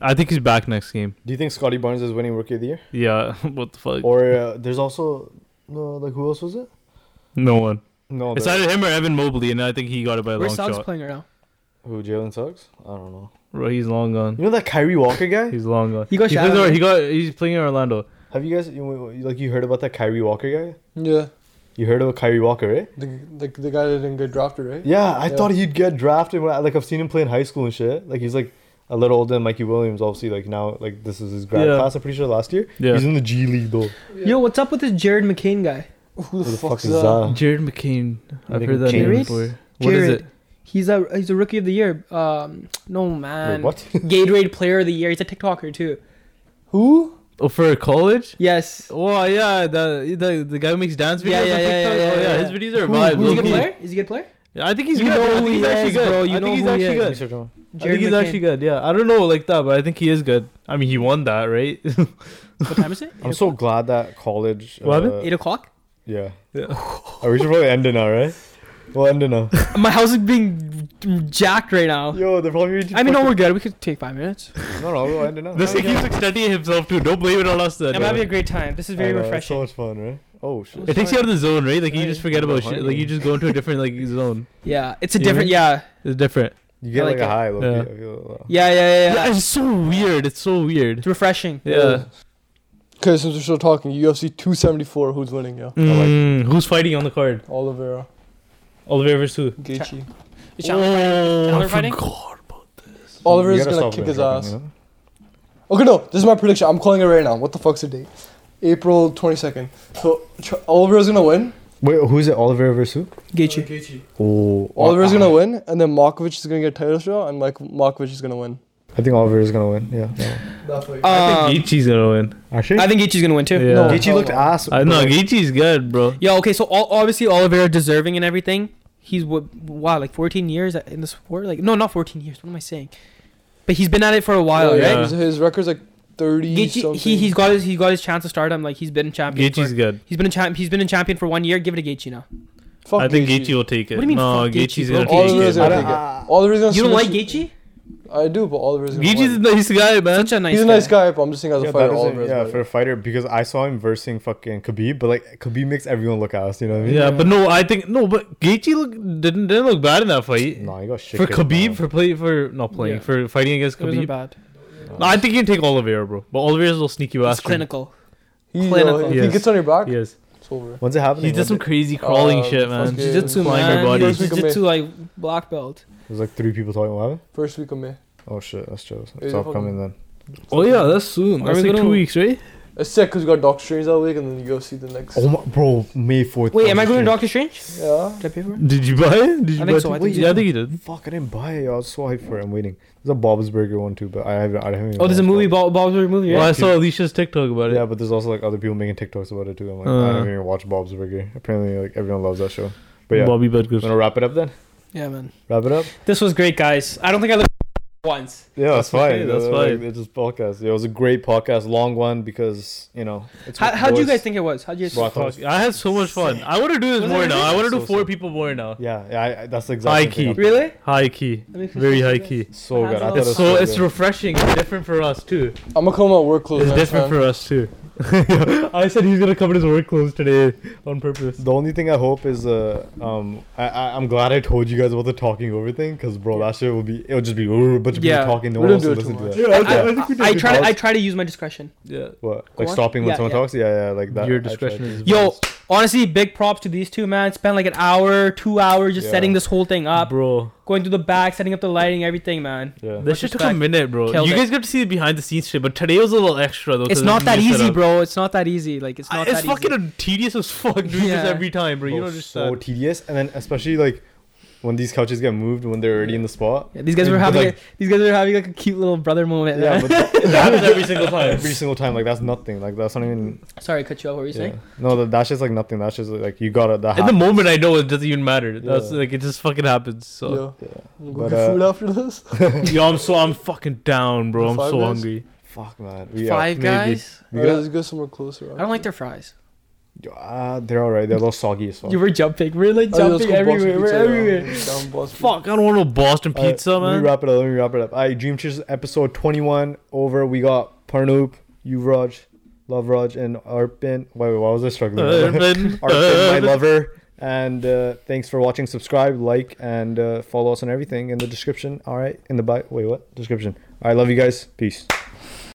I think he's back next game. Do you think Scotty Barnes is winning Rookie of the Year? Yeah, what the fuck? Or uh, there's also no like who else was it? no one. No, It's the- either him or Evan Mobley, and I think he got it by a Where's long Suggs shot. playing right now? who Jalen Suggs. I don't know. Bro, he's long gone. You know that Kyrie Walker guy? He's long gone. He got he, shot plays out. or- he got. He's playing in Orlando. Have you guys you, like you heard about that Kyrie Walker guy? Yeah. You heard of Kyrie Walker, right? The, the, the guy that didn't get drafted, right? Yeah, I Yeah. thought he'd get drafted. When I, like I've seen him play in high school and shit. Like he's like a little older than Mikey Williams. Obviously, like now, like this is his grad Yeah. class. I'm pretty sure last year. Yeah. He's in the G League though. Yo, what's up with this Jared McCain guy? Who the, Who the fuck, fuck is that? Jared McCain. I've Nigga heard that name Jared? before. What is Jared. it? He's a he's a rookie of the year. Um, no Wait, man. what? Gatorade player of the year. He's a TikToker too. Who? Oh, for college? Yes. Oh yeah, the the, the guy who makes dance videos. Yeah, yeah, on yeah, TikTok? yeah, oh, yeah, yeah, yeah. His videos are Who- vibes. Is he a good low-key. player? Is he a good player? Yeah, I think he's You good. know I who think he's he actually is, good. bro. You I know think he's who he actually good. is. I think he's actually good. Yeah, I don't know like that, but I think he is good. I mean, he won that, right? Oh, What time is it? I'm so glad that college. uh, What happened? Eight o'clock. Yeah. Yeah. Oh, we should probably end it now, right? We'll end it now. My house is being jacked right now. Yo, they're probably. I mean, no, we're good. We could take five minutes. no, no, we'll end it now. this guy keeps extending himself too. Don't blame it on us. Then. I'm having a great time. This is very I know, it's So refreshing. much fun, right? Oh shit. it takes you out of the zone, right? Like you just forget about Sorry. shit. Like you just go into a different like zone. Yeah, it's a You different. know? Yeah, It's different. You get I like, like a it. high. low-key, Yeah. I feel, uh, yeah, yeah, yeah. Yeah, yeah. it's so weird. It's so It's weird. refreshing. Yeah. Oh. Okay, since we're still talking, UFC 274, who's winning? Yeah. Mm, who's fighting on the card? Oliveira, Oliver versus who? Gaethje. Is Chandler- Oh, Chandler fighting? you Oliveira's gotta gonna stop kick it, his Jordan, ass. you know? Okay, no, this is my prediction. I'm calling it right now. What the fuck's the date? April 22nd. So Ch- Oliveira's gonna win. Wait, who's it? Oliver versus Gaethje. who? Oh, Oliver's gonna win, and then Markovic is gonna get a title shot, and Mike Markovic is gonna win. I think Oliver is gonna win. Yeah. yeah. Definitely. I Um, think Gaethje's gonna win. Actually, I think Gaethje's gonna win too. Yeah. No. Gaethje looked ass. I but, know like, Gaethje's good, bro. Yeah, okay, so all, obviously Oliveira deserving and everything. He's what wow, like 14 years in the sport. Like no, not 14 years. What am I saying? But he's been at it for a while, yeah. right? His, his record's like 30 Gaethje, something. he he's got his he got his chance to stardom. Like he's been champion. Gaethje's for, good. he's been a champ. He's been in champion for one year. Give it to Gaethje now. Fuck I think Gaethje will take it. What do you mean, No, fuck Gaethje's Gaethje, gonna bro? Oliver's take I it. don't- gonna take it. uh, Oliver's gonna You don't like submission- Gaethje? I do, but Oliver's gonna Gaethje's a win. nice guy, man. Such a nice. He's a guy. nice guy, but I'm just saying as a Yeah, that fighter, doesn't- Oliver's yeah, better. for a fighter because I saw him versing fucking Khabib, but like Khabib makes everyone look ass. You know what I mean? Yeah, but no, I think no, but Gaethje look, didn't didn't look bad in that fight. No, he got shit for kicked, Khabib man. for play for not playing Yeah. for fighting against It wasn't Khabib. bad. No, I think you can take Oliveira, bro. But Oliveira's will sneak you ass. It's clinical. He, clinical. yo, if he Yes. gets on your back, Yes, it's over. When's it happening? he did When's some it? crazy crawling Uh, shit, man. fuck it. Jiu-jitsu, Flying her man. body. Jiu-jitsu, like black belt. There's like three people talking. What happened? First week of May. Oh shit, that's Joe's. Yeah, It's all fucking- coming then. Oh yeah, that's soon. Are That's we like gonna- two weeks, right? It's sick because we got Doctor Strange that week, and then you UFC the next. Oh my, bro, May fourth. Wait, am I going to Doctor Strange? Yeah. Did I pay for it? Did you buy it? Did you I think buy so, two- I think yeah, so. I think you did. Fuck, I didn't buy it. I was so hyped for it. I'm waiting. There's a Bob's Burger one too, but I haven't. I haven't. even Oh, there's a watched movie. that. Bob, Bob's Burgers movie. Well, Right? I saw Alicia's TikTok about it. Yeah, but there's also like other people making TikToks about it too. I'm like, Uh. I haven't even watched Bob's Burger. Apparently, like everyone loves that show. But yeah, Bobby Butkus. wanna wrap it up then? Yeah, man. Wrap it up. This was great, guys. I don't think I looked once. Yeah, that's, That's okay, fine. that's Uh, like, fine. It's just podcast. It was a great podcast, long one because you know. It's How with how do you boys. guys think it was? How do you guys? Bro, I thought it was- Fuck, I had so much fun. I want to do this Was it more really? now. I want to So do four sick. people more now. Yeah, yeah, I, I- that's exactly. High the thing key. I'm- Really? High key, Let me feel very so high good. key. So good. I thought it was So it's good. refreshing. It's different for us too. I'm gonna call my work clothes. It's next different time. for us too. I said he's gonna come in his work clothes today on purpose. the only thing I hope is uh um I, I I'm glad I told you guys about the talking over thing because bro that shit will be it'll just be "Ooh, a bunch of Yeah. people talking no We one don't else will do it too listen to that much. Yeah, I, I, I think we did. I good. try. I try to use my discretion. Yeah. what Go like on. stopping when Yeah, someone yeah. talks yeah yeah like that Your I tried discretion to- is Yo, vast. honestly, big props to these two, man. Spent like an hour, two hours just Yeah. setting this whole thing up, bro. going through the back, setting up the lighting, everything, man. yeah This shit took a respect, minute, bro. killed You it. guys got to see the behind the scenes shit, but today was a little extra though. It's 'cause not we that set easy, up. bro. It's not that easy. Like it's I- not It's that fucking easy. tedious as fuck doing Yeah. this every time, bro. You Bro, know just so tedious and then especially like when these couches get moved when they're already in the spot Yeah, these guys But were having like- a, these guys were having like a cute little brother moment. yeah Yeah, but th- It happens every single time. every single time like that's nothing like that's not even Sorry, I cut you off. What were you yeah. saying? no that, that's just like nothing that's just like you gotta that At the happens. moment, I know it doesn't even matter. That's Yeah. like it just fucking happens. So Yeah. Yeah. We'll But, get uh, food after this. yo, I'm so I'm fucking down, bro. I'm Five so guys? hungry. fuck man we out. Five uh, maybe. guys. We Alright, got- let's go somewhere closer. I don't like their fries. Ah, they're all right they're a little soggy as fuck You were jumping. We're like Oh, yeah, let's jumping go Boston everywhere. We're Pizza, yeah. everywhere. Down Boston. Fuck, I don't want no Boston All right, pizza, Let man. me wrap it up. Let me wrap it up. I Dream Chasers episode 21 over. We got Parnoop, Yuvraj, Love Raj, and Arpin. Wait, wait, why was I Uh, struggling? Urban, Arpin, my urban. lover. And uh, thanks for watching. Subscribe, like, and uh, follow us on everything in the description. All right, in the bio. Wait, what? Description. All right, love you guys. Peace.